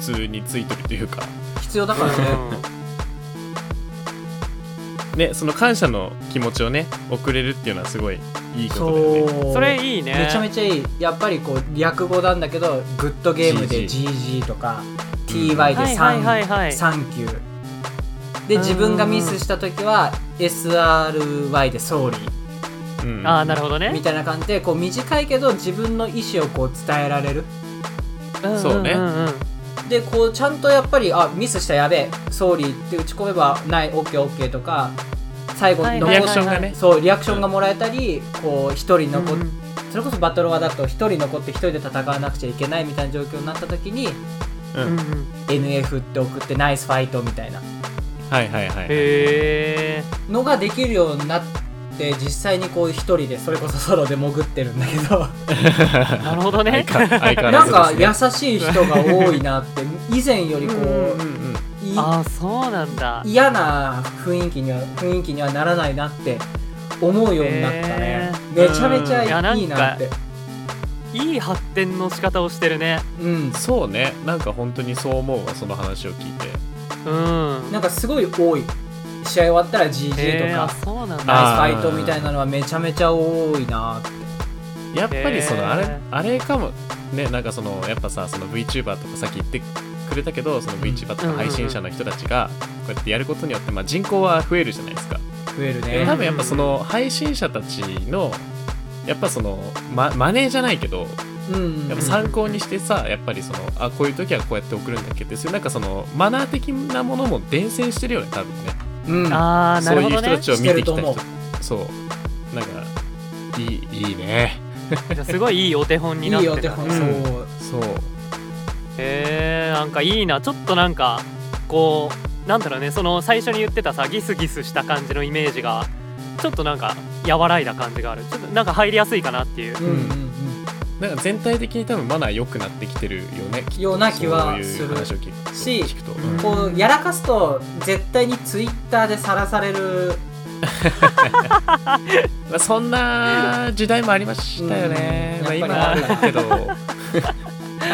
普通についてるというか
必要だからね
ねその感謝の気持ちをね送れるっていうのはすごいいいことだよね
そう
それいいね
めちゃめちゃいいやっぱりこう略語なんだけどグッドゲームで GG とか TY
は
で
いはいはい
3
はい
三級で自分がミスした時は SRY で総理
うん
ああなるほど
み
ね
たいな感じでこう短いけど自分の意思をこう伝えられる
そうね
んんんうん
でこうちゃんとやっぱりあミスしたやべえ総理って打ち込めばない OKOK とか最後
はい
残
リ
っ
アクションがね
そうリアクションがもらえたりこう一人残っ
うんうん
それこそバトルワだと一人残って一人で戦わなくちゃいけないみたいな状況になった時に
うん
うんうん
NF って送ってナイスファイトみたいな
はいはいはい
へえ
のができるようになって実際にこう一人でそれこそソロで潜ってるんだけ ど
なるほどね
相変わ相変わ
なん
ら
か
ずですね
優しい人が多いなって以前よりこ
うん
う
うんうん
い
ああそうなんだ
嫌な雰囲気には雰囲気にはならないなって思うようになったね、
へー
めちゃめち
うんい
やな
ゃ
んか
いいなって
いい発展の仕方をしてるね
うん
そうねなんか本当にそう思うわその話を聞いて
うん
なんかすごい多い試合終わったら GG とか、
へえあそうなんだ
ナイスファイトみたいなのはめちゃめちゃ多いなって
やっぱりそ
へー
のあれあれかもねなんかそのやっぱさその VTuber とかさっき言ってくれたけどその VTuber とか配信者の人たちがこうやってやることによって、まあ、人口は増えるじゃないですか
増える
う
多
ん
ね
分やっぱその配信者たちのやっぱその、ま、真似じゃないけど
うん
やっぱ参考にしてさやっぱりそのあこういう時はこうやって送るんだっけってそういうなんかそのマナー的なものも伝染してるよね多分ね
うん
ああ
そ
な
う
る
い
ほ
う
ど
人た
ね
ちを見てき
してると
た
思
人そうなんかいいいいね
じゃあすごいいいお手本
い
にな
い
ってる
お手本
うん
そう
そう
へえなんかいいなちょっとなんかこうなんだろうねその最初に言ってたさギスギスした感じのイメージがちょっとなんか和らいだ感じがあるちょっとなんか入りやすいかなっていう
うんうんうん
なんか全体的に多分マナー良くなってきてるよねきっと
ような気は
そういう話を聞く
するし
聞くと、
うん
うん
こうやらかすと絶対にツイッターでさらされる
まあ、そんな時代もありましたよね、
うん
まあ、
やっ
今
ぱり
はあるけど
か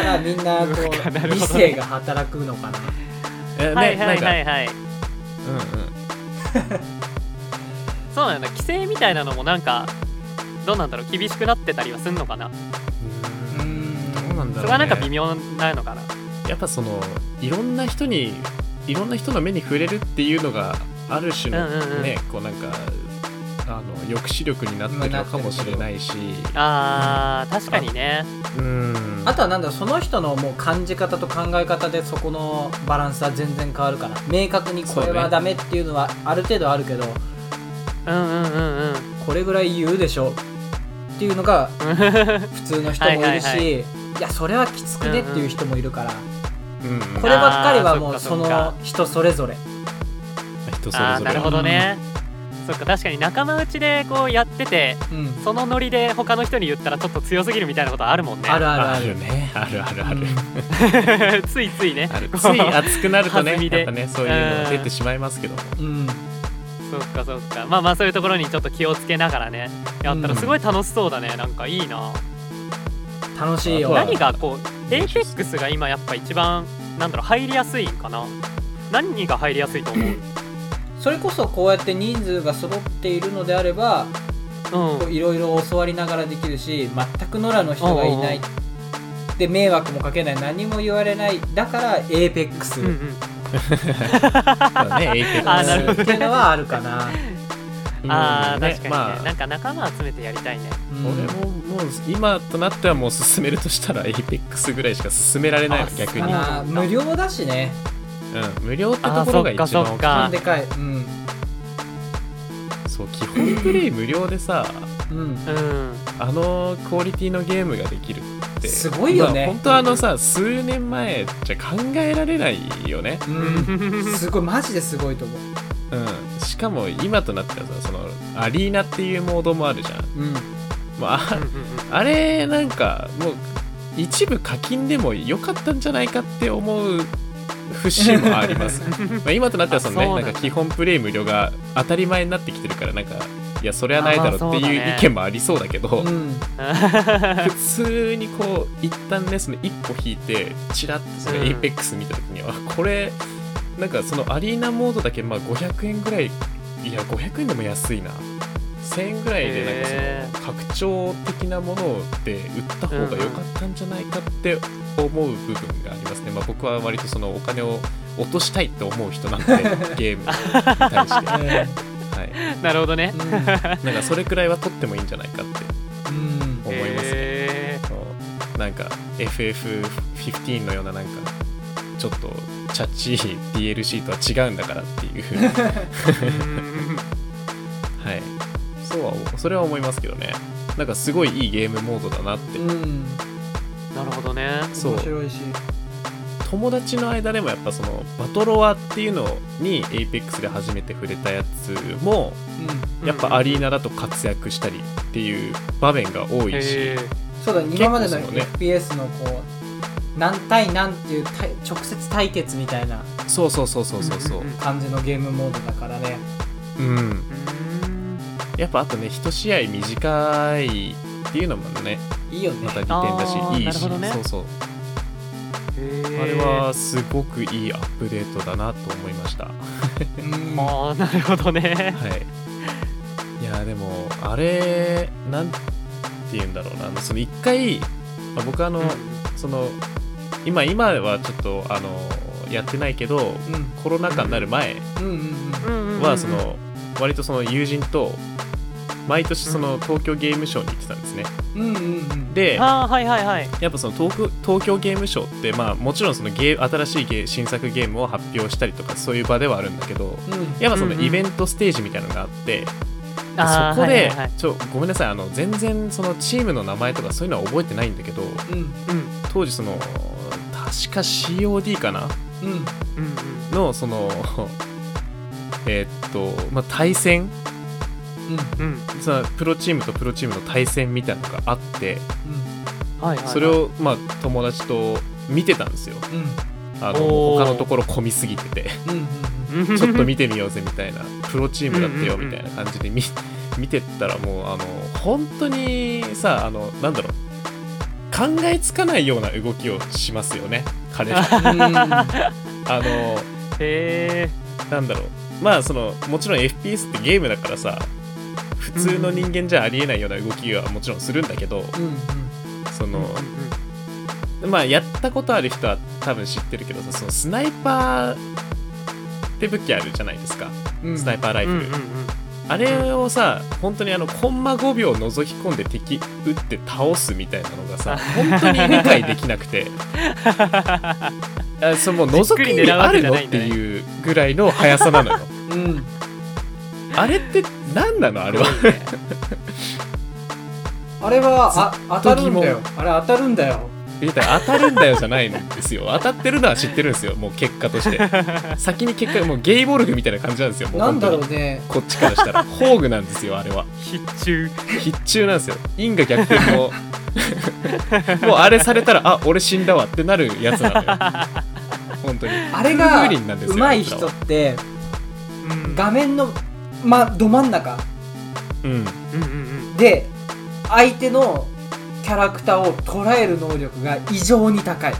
らみんなこ
なるほど
う
ね
理性が働くのかな
えね
はいはいは
なん
い
か
はい
うんうん
そうなんだ規制みたいなのもなんかどうなんだろう厳しくなってたりはすんのかな
う
うん
ん
どうなんだろう、ね、
それはなんか微妙なのかな
やっぱそのいろんな人にいろんな人の目に触れるっていうのがある種の
うんうんうん
ね、こうなんかあの抑止力になってるのかもしれないし
あー確かにね
うん
あとはなんだろうその人のもう感じ方と考え方でそこのバランスは全然変わるから明確にこれ
そう
は
ね
ダメっていうのはある程度あるけど
うんうんうんうん
これぐらい言うでしょっていうのが普通の人もいるし、
はい
い
はいはい
やそれはきつくねっていう人もいるから、
うんうん
こればっかりはも
あー
う
そ
そ
っかそっか
の人それぞれ
人それ
あー
ぞ
な
れ
るほどねそっか確かに仲間内でこうやってて
うん、
そのノリで他の人に言ったらちょっと強すぎるみたいなことあるもんね
あるある
あ
ある
るねあるあるある、
ついついね
あ るつ
こう
い熱くなるとね
弾みで
やっぱねそういうの出てしまいますけども
うん
そっかそっかまあまあそういうところにちょっと気をつけながらねやったらすごい楽しそうだねなんかいいな
楽しいよ
あとは
何がこう APEX が今やっぱ一番なんだろう入りやすいんかな何が入りやすいと思う
それこそこうやって人数が揃っているのであれば
うん
こういろいろ教わりながらできるし全く野良の人がいないで迷惑もかけない何も言われないだからエーペックス
うんうん
まあね APEX
あーなるほど
っていうのはあるかな
あ
う
あ
ん
確かにね、
まあ
なんか仲間集めてやりたいね
うん
俺ももう今となってはもう進めるとしたらエイペックスぐらいしか進められないの
あ
逆に、
まあ無料だしね
うん、無料ってところが一
あそ
番
っかそっかあ
でかいうん
大きいそう基本プレイ無料でさ
うん
うん
あのクオリティのゲームができるって
すごいよね
まあ本当あのさ数年前じゃ考えられないよね、
うん すごいマジですごいと思う
うん、しかも今となってはさそのアリーナっていうモードもあるじゃん、
うん
まあ、あれなんかもう一部課金でも良かったんじゃないかって思う節もあり ます、まあ、今となってはその
あ
ね
そう
な
なん
ん
だ
か基本プレイ無料が当たり前になってきてるからなんかいやそれはないだろうって
あまあそう
い
だ
う
ね
意見もありそうだけど、
うん
普通にこう一旦ねその一歩引いてチラッとその
うん
エイペックス見た時には、これなんかそのアリーナモードだけまあ500円ぐらいいや500円でも安いな1000円ぐらいでなんかその
へ
拡張的なもので売った方が良かったんじゃないかって思う部分がありますね、まあ、僕は割とそのお金を落としたいって思う人なんでゲームに対して、は
え
い、
なるほどね
ー
なんかそれくらいは取ってもいいんじゃないかって
うんうん
思いますね、
へ
そうなんか FF15 のようななんかちょっとチャッチー DLC とは違うんだからっていう
ーうん
はいそうはそれは思いますけどねなんかすごいいいゲームモードだなって
うん
なるほどね
そう
面白いし
友達の間でもやっぱそのバトロワっていうのに APEX で初めて触れたやつも
うん
やっぱアリーナだと活躍したりっていう場面が多いし
へー
そうだね今までの
結構そうね
FPS のこう何対何っていう対直接対決みたいな
そうそうそうそうそうそう
うんうん
感じのゲームモードだからね
うん
うん
やっぱあとね一試合短いっていうのもね
いいよね
また利点だし
あー
いい
なる
し、
ほどね
そうそう
へー
あれはすごくいいアップデートだなと思いましたは
うん
ああなるほど ね
いい やーでもあれなんて言うんだろうなあのその一回まあ僕あの、その今今はちょっとあのやってないけど
うん
コロナ禍になる前
うんうん
うんうんうんうん
はその割とその友人と毎年その東京ゲームショウに行ってたんですね
うんうんうんうん
で
ああはいはいはい
やっぱその東京東京ゲームショウって、まあ、もちろんそのゲー新しいゲー新作ゲームを発表したりとかそういう場ではあるんだけど
うん
やっぱその
うんうん
イベントステージみたいなのがあって、
あ
そ
ー
こ
はい
で、
はいはい
ちょごめんなさいあの全然そのチームの名前とかそういうのは覚えてないんだけど
うん
うん
当時その確か COD かな
うん
うん
のその えーっと、まあ、対戦
うん
うんうん
そのプロチームとプロチームの対戦みたいなのがあって
はいはいはい
それを、まあ、友達と見てたんですよ
うん
あの
おー
他のところ混みすぎてて
うんうん
うん
ちょっと見てみようぜみたいなプロチームだってよ
うんうんうん
みたいな感じで見見てったらもうあの本当にさあのなんだろう考えつかないような動きをしますよね彼ら
うん
あの
へえ
なんだろうまあそのもちろん FPS ってゲームだからさ普通の人間じゃありえないような動きはもちろんするんだけど
うん
そのまあやったことある人は多分知ってるけどさそのスナイパーって武器あるじゃないですか
うんうん
スナイパーライ
う
フル、
んうんうん
あれをさ本当にあのコンマ5秒覗き込んで敵撃って倒すみたいなのがさ本当に理解できな くてあそのもう覗きにあるのっていうぐらいの速さなのよ
うん
あれって何なの あれは
あれはあ当たるんだよ
ず
あれ当たるんだよ
言うたら当たるんだよじゃないんですよ当たってるのは知ってるんですよもう結果として 先に結果もうゲイボルグみたいな感じなんですよもう
なん
本
だ
当
ろ
に
うね
こっちからしたら宝具なんですよあれは
必中
必中なんですよ因果逆転の もうあれされたらあ俺死んだわってなるやつなのよ本当に
あれが
風林なんですよ
上手い人
あ
っ
つ
て
うん
画面のまど真ん中
らはうん
うんうん
で相手のキャラクターを捉える能力が異常に高い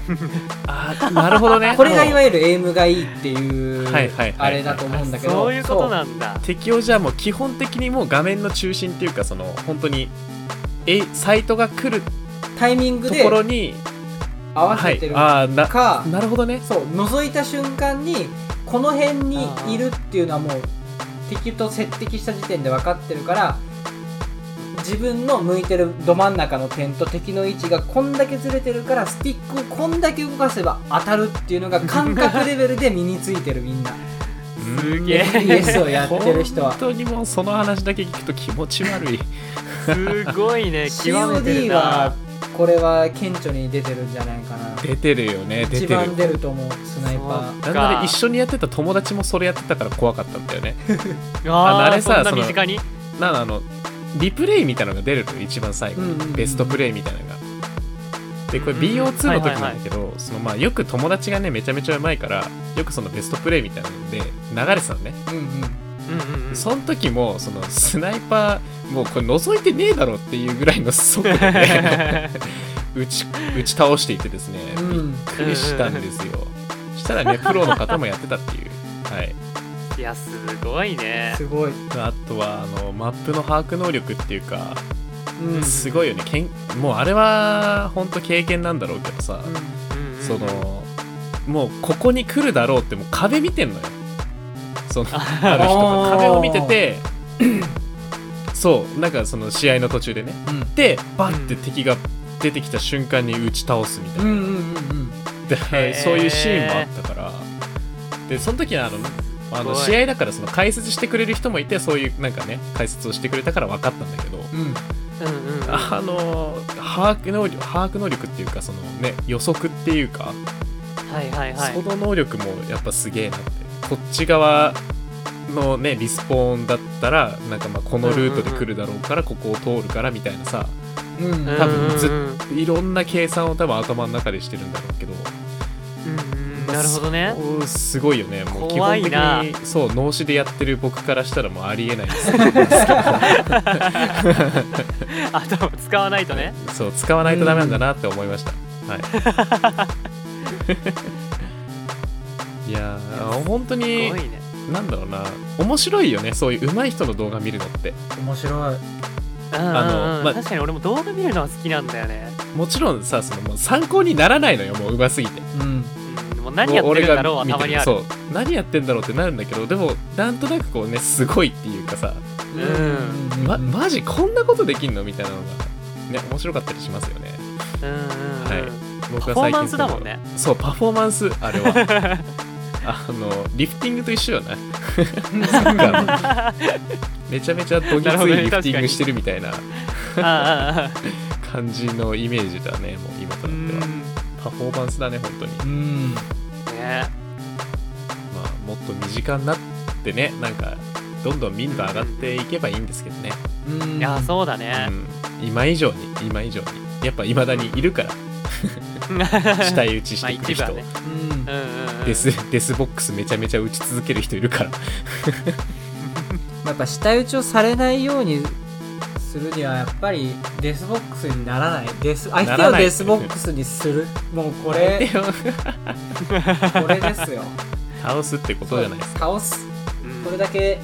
あーなるほどね
これがいわ
ゆる
ゆるエイムがいいっていう
はいはいはいはい
あれだと思うん
う
だ
ん
けど
そういうことなんだ
敵をじゃあもう基本的にもう画面の中心っていうかその本当にえサイトが来る
そうタイミング
と
で
ころに
合わせてるか、
はい、あーななるほどね
そう覗いた瞬間にこの辺にいるっていうのはもう敵と接敵した時点で分かってるから自分の向いてるど真ん中の点と敵の位置がこんだけずれてるからスティックをこんだけ動かせば当たるっていうのが感覚レベルで身についてるみん な
すげえ
FPS をやってる人は
本当にもうその話だけ聞くと気持ち悪い
すごいね極めてる
COD は
な
これは顕著に出てるんじゃないかな
出てるよね出
一
てる
番出ると思うスナイパ
なんなら一緒にやってた友達もそれやってたから怖かったんだよね
あ
あ
ー
慣れさ
そんな
その
身近に
なんかあのリプレイみたいなのが出るのよ一番最後に、
うんうんうん
ベストプレイみたいなのがでこれ
うん
BO2 の時なんだけど、そのまあよく友達がねめちゃめちゃうまいからよくそのベストプレイみたいなので流れてたのね、
ーうんうん
うんうんうん
その時もそのスナイパーもうこれ覗いてねえだろっていうぐらいの速度で 打ち打ち倒していてですねびっ
うん
くりしたんですよ、したらねプロの方もやってたっていうはい
いやすごいね
すごい、
あとはあのマップの把握能力っていうか
うんうん
すごいよねけんもうあれは本当経験なんだろうけどさ、
うんうん
そのもうここに来るだろうってもう壁見てんのよそのある人が壁を見てて そうなんかその試合の途中でねでバッて敵が出てきた瞬間に打ち倒すみた
う
い
んう
な、
んうんうん
で
へー
そういうシーンもあったからでその時はあのあの
すごい
試合だからその解説してくれる人もいてそういうなんかね解説をしてくれたから分かったんだけど、
うん
うんうんうん
あの把握能力把握能力っていうかそのね予測っていうか、
はいはいはい
その能力もやっぱすげえなってこっち側のねリスポーンだったらなんかまあこのルートで来るだろうからここを通るからみたいなさ
うんうん
多分ずっ
うんうんうん
いろんな計算を多分頭の中でしてるんだろうけど
うんうんなるほどね
おーすごいよねもう基
怖
本
い
的
な
にそう脳死でやってる僕からしたらもうありえないです
頭を使わないとね
そう使わないとダメなんだなって思いました、はい いやー本当
すご
に
いね
なんだろうな面白いよねそういう上手い人の動画見るのって
面白い
あ
の
の、
まあ
確かに俺も動画見るのは好きなんだよね、
もちろんさそのもう参考にならないのよもう上手すぎて
うん
うん、もう何やってるんだろうは
も
た
俺が見
まに
て
あ
も
る
そう何やってんだろうってなるんだけどでもなんとなくこうねすごいっていうかさ、
うん
うん
ま、マジこんなことできんのみたいなのがね面白かったりしますよね
うんうんう
は
ん
い僕
パ
は最
フォー
近
マンスだもんね
そうパフォーマンスあれは あのリフティングと一緒よねサッカーのめちゃめちゃどぎつ
なるほ
い
どね
リフティングしてるみたいな
ああああ
感じのイメージだねもう今と
う
なっては
ん
パフォーマンスだね本当に
うん
ね
まあ、もっと身近になってねなんかどんどん民度上がっていけばいいんですけどね、
うん
いやそうだ ね、
うん、今以上に今以上にやっぱいまだにいるから 死体打ちしてくる人、
まあ一部はね
うん
うんうんうん
デスデスボックスめちゃめちゃ打ち続ける人いるから
やっぱ下打ちをされないようにするにはやっぱりデスボックスにならないデス相手
なら
を
ない
デスボックスにするもうこれこれですよ
倒すってことじゃないですか
倒す
うん
これだけ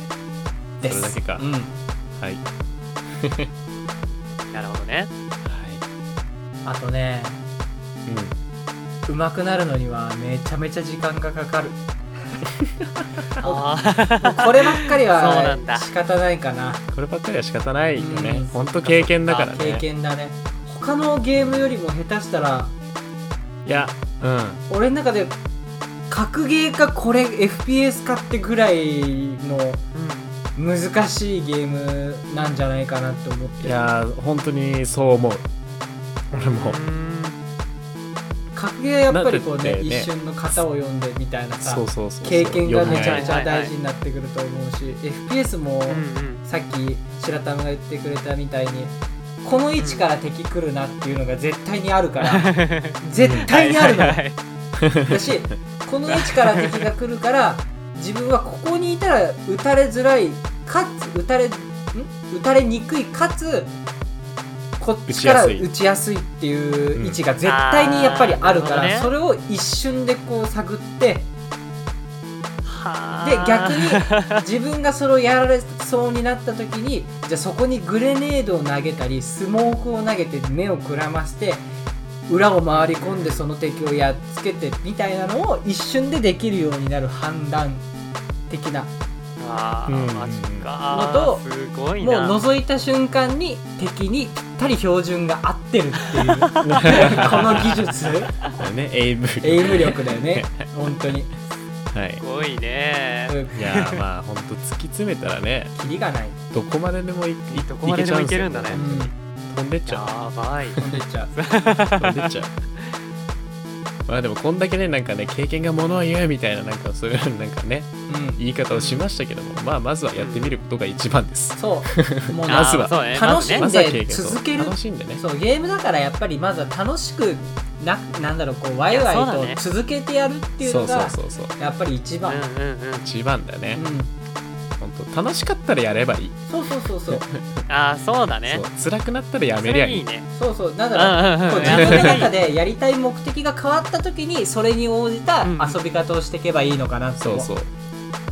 です
それだけか
うん
はい、はい、
なるほどね
あとね上手くなるのにはめちゃめちゃ時間がかか る
ああ
こればっかり
そうなんだ
は仕方ないかな
うんこればっかりは仕方ないよね、
うん
ほんと経験だからね
経験だね他のゲームよりも下手したら
いやうん
俺の中で格ゲーかこれ FPS かってぐらいの難しいゲームなんじゃないかなって思って
い
る
やー本当にそう思う俺も
うん
格ゲーはやっぱりこうね
なんて言
一
ってね
瞬の型を読んでみたいなさ
そうそうそうそう
経験がめ
ね
ちゃめちゃ大事になってくると思うし、FPS も
うんうん
さっき白玉が言ってくれたみたいにこの位置から敵来るなっていうのが絶対にあるから 絶対にあるのよ
はいはいはい
だしこの位置から敵が来るから自分はここにいたら撃たれづらいかつ撃たれん撃たれにくいかつこっちから
撃ちやす
撃ちやす
い
いってい
ん
う位置が絶対にやっぱりあるから、
あーなるほ
それを一瞬でこう探ってで
はあ
逆に自分がそれをやられそうになった時にじゃあそこにグレネードを投げたりスモークを投げて目をくらまして裏を回り込んでその敵をやっつけてみたいなのを一瞬でできるようになる判断的な
あ
うん
ーマジか
のと
すごい
もう
な
覗いた瞬間に敵にぴったり標準が合ってるっていうこ の技術
だよね、AV。
エイム力だよね本当に
はい
す。ごいね
うん
いやーまあ、ほんと突き詰めたらね、
キリがない、
どこまででもいい
どこまででもいけるんだね
い
うん
ちゃうよ、飛んでっちゃ
やばい
飛んでっちゃう
う。飛んでっちゃう。 まあでもこんだけねなんかね経験がものを言うみたいななんかそういうなんかね
うん
言い方をしましたけどもまあまずはやってみることが一番です、
そうもう
ま
な
ずは
あーそうね
楽しん
ま
で
ずは経験と
続ける
楽しんでね
そうゲームだからやっぱりまずは楽しくななんだろうこうワイワ
いやそうだ
イ
ね
と続けてやるっていう
そ
の
うそう
が
そうそう
やっぱり一
ま
番
ずねうんうんうん
一番だよ
う
ね
ん、
本当楽しかったらやればいい、
そうそうそうそ う
ああそうだね
そう辛くなったらや
そ
めりゃ
れ
い
い
い
いね
そうそうなん
うん
だ
う
ろうん
うん
こう自分の中でやりたい目的が変わった時にそれに応じた
うん
遊び方をしていけばいいのかなって
そ
思う
うそう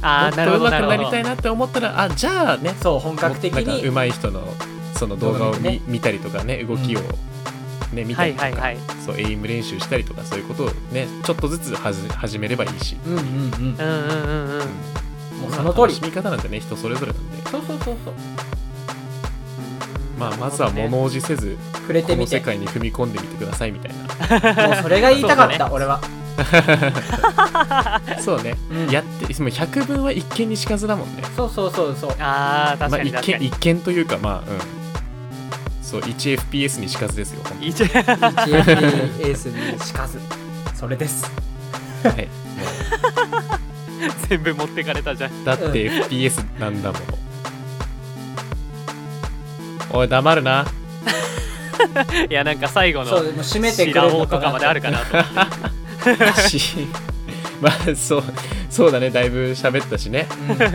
ああなるほ
も
ど
っと上手
なる
くな
ほど
りたいなって思ったらあじゃあね
そう本格的
もっとなんか
に
上手い人のその動画を見,、
ね
見たりとかね動きを、ね見た
は
り
い
とか、
はいはい
そうエイム練習したりとかそういうことをねちょっとずつはじ始めればいいし、
うんうん
うんうんうんうん
うんもうその通り
楽しみ方なんてね人それぞれなんで、
そうそうそうそう
まあ、まずは物おじせず、
触れて
この
みて
世界に踏み込んでみてくださいみたい
もうそれが言いたかっ
そうだ
た俺は
なそうね、
うん
やってもう100分は一見にしかずだもんね
そうそうそう そう
ああ確
まあ、
かに
一
確か
見
に
一見というかまあうんそう 1fps にしかずですよ本当に
一
1FP エースにしかずそれです
はいも
全部持ってかれたじゃん
うだって FPS なんだもの、おい黙る ない
やなんか最後の
そうもう締めてくれ
白
る
尾
の
と
か
かまであるかなと思って
しまあそうそうだねだいぶ喋ったしね
うん
は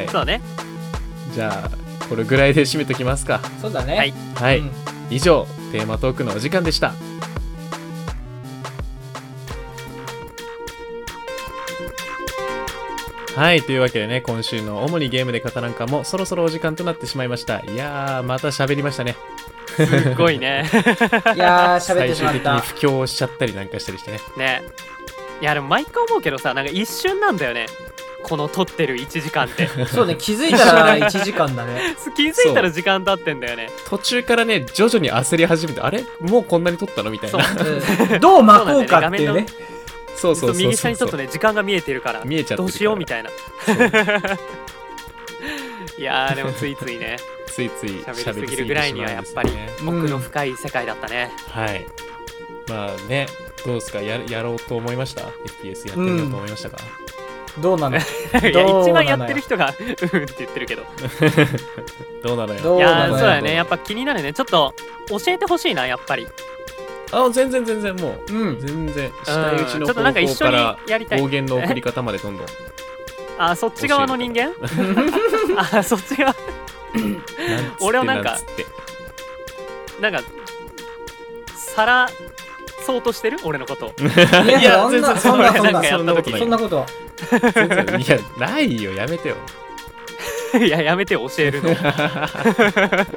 い
そうね
じゃあこれぐらいで締めときますか
そうだね
はい
はい、
うん
以上テーマトークのお時間でしたはいというわけでね今週の主にゲームで語らんかもそろそろお時間となってしまいましたいやーまた喋りましたね
すっごいね
いやー喋っ
最
てし
終
まっ
的に
た
布教しちゃったりなんかしたりしてね
ねいやでも毎回思うけどさなんか一瞬なんだよねこの撮ってる1時間って
そうね気づいたら1時間だね
気づいたら時間経ってんだよね
途中からね徐々に焦り始めてあれもうこんなに撮ったのみたいな
そ
うんどう巻こうかっていうね
そう
そ
そう
う
そう
右
そ
下
う
にち
そ
ょっと
う
ね時間が見えてるから
見えちゃってるから
どうしようみたいな いやーでもついついね
ついつい喋りす
喋
ぎ
り
てしまう
すぎる
ん
ぐらいにはやっぱり
です
う
よね
ん
奥の深い世界だっ たね、
はい。まあね、どうですかややろうと思いました ?FPS やってみようと思いましたか、
どうなの
いや
どう
一
なの
番
よ
やってる人がうんって言ってるけど
どうなのよ
ど
い
なの
やー
よ
そうだよねやっぱ気になるねちょっと教えてほしいなやっぱり
あ、全然全然もう。
うん
全然。したいうち
うん
の方
ちょっとなんか一
向
緒
か
に
ら
やりたい
暴言の送り方まで どんどん。
あそっち側の 人間 あそっち側
なんつって
俺をなんか
つって。
なんかさらそうとしてる俺の こと
いやそんなそんなそん
なん
な
かや
そ
っ
ん
た
な
時
そんなことは
全然いや、ないよ、やめてよ。
いややめてよ教えるのい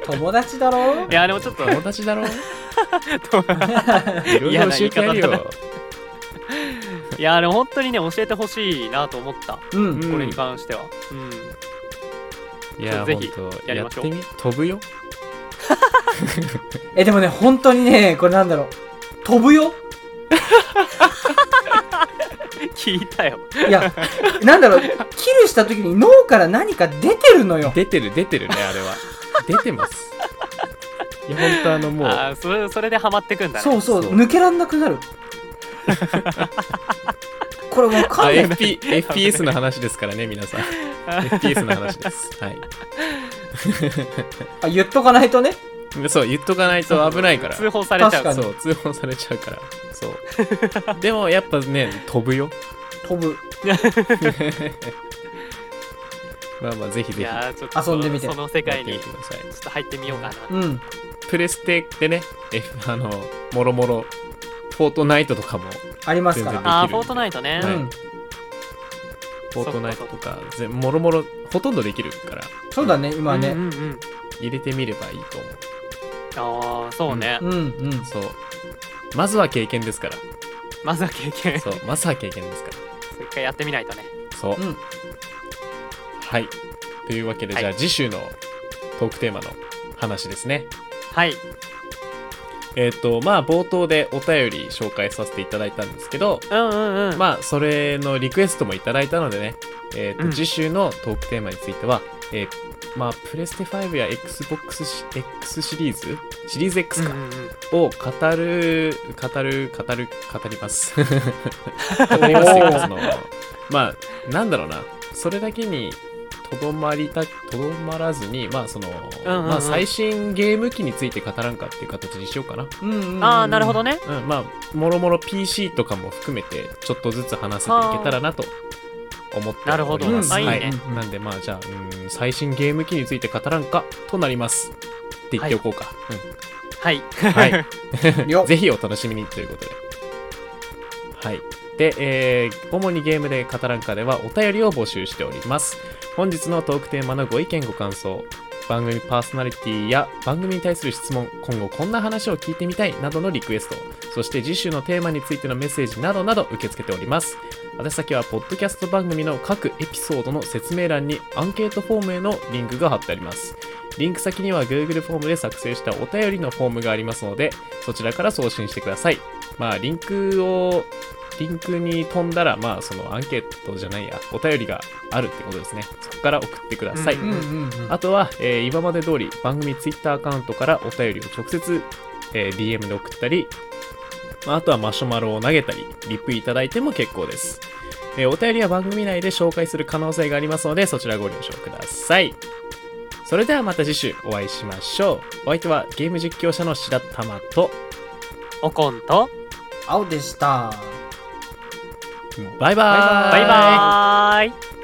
友達だろ
やでも ちょっと
友達だろ
と
いろいろ教えてやる
嫌な言い
よ。
いやでも本当にね教えてほしいなと思った、
うん
うん
これに関してはうん
い や、
ぜ
ほん
ひ
と、
やり
やっ
ましょう
てみ飛ぶよ。
えでもね本当にねこれなんだろう飛ぶよ
聞いたよ
いやなんだろうキルした時に脳から何か出てるのよ
出てる、出てるね、あれは。出てます。いや、ほんとあの、もう、
あーそれそれでハマってくんだね
そうそう
そう
抜けらんなくなるこれわか
あ
んない
FP FPS の話ですからね、皆さん。FPS の話です。はい。
あ言っとかないとね
そう、言っとかないと危ないから。
通報されち
確
ゃ
か
う
に
そう、通報されちゃうから。そう。でも、やっぱね、飛ぶよ。
飛ぶ
まあまあ、ぜひぜ
い
ひ。や
やーちょっと
遊んでみて
その世界
って
に
み
ち
て
ょ
ください。
っと入ってみようかな
うん
プレステでね、F、あの、もろもろ、フォートナイトとかも、
ありますから
全然
あ
でき
ーフ
る
ォートナイトね、
はい
うん
フォートナイトとか、ぜもろもろ、ほとんどできるから、
そうだね今
う
ね
んうんうん
入れてみればいいと思う。
ああそうね、
うんうん
そう。まずは経験ですから。
まずは経験
そう、まずは経験ですから。
一回やってみないとね
そう。
うん
はい。というわけで、
はい
じゃあ次週のトークテーマの話ですね。
はい
えっ、と、まあ冒頭でお便り紹介させていただいたんですけど、
うんうんうん、
まあそれのリクエストもいただいたのでね、えーと
うん
次週のトークテーマについては、えーまあプレステ5や XBOX シ X シリーズシリーズ X
うんう
か、
んうん
を語る語る語る語ります語 りますよそのまあなんだろうなそれだけにとどまりたとどまらずにまあその、
うんうん
まあ最新ゲーム機について語らんかっていう形にしようかな
うんうんうん
ああなるほどね
うん、まあもろもろ PC とかも含めてちょっとずつ話せていけたらなと思って
なるほ
お
ど
ります。
あ
はい
いね
なんでまあじゃあうん最新ゲーム機について語らんかとなりますって言っておこうか。
はい
うんはい、
よ
ぜひお楽しみにということで。はい。で、えー主にゲームで語らんかではお便りを募集しております。本日のトークテーマのご意見ご感想、番組パーソナリティや番組に対する質問、今後こんな話を聞いてみたいなどのリクエスト、そして次週のテーマについてのメッセージなどなど受け付けております。宛先は、ポッドキャスト番組の各エピソードの説明欄にアンケートフォームへのリンクが貼ってあります。リンク先には Google フォームで作成したお便りのフォームがありますので、そちらから送信してください。まあ、リンクを、リンクに飛んだら、まあ、そのアンケートじゃないや、お便りがあるってことですね。そこから送ってください。
うん
うんうんうん
あとは、えー今まで通り番組 Twitter アカウントからお便りを直接、えー DM で送ったり、まあ、あとはマシュマロを投げたり、リプいただいても結構です。えーお便りは番組内で紹介する可能性がありますので、そちらご了承ください。それではまた次週お会いしましょう。お相手はゲーム実況者の白玉と、
おこんと
青でした
バイバーイ
バイバーイ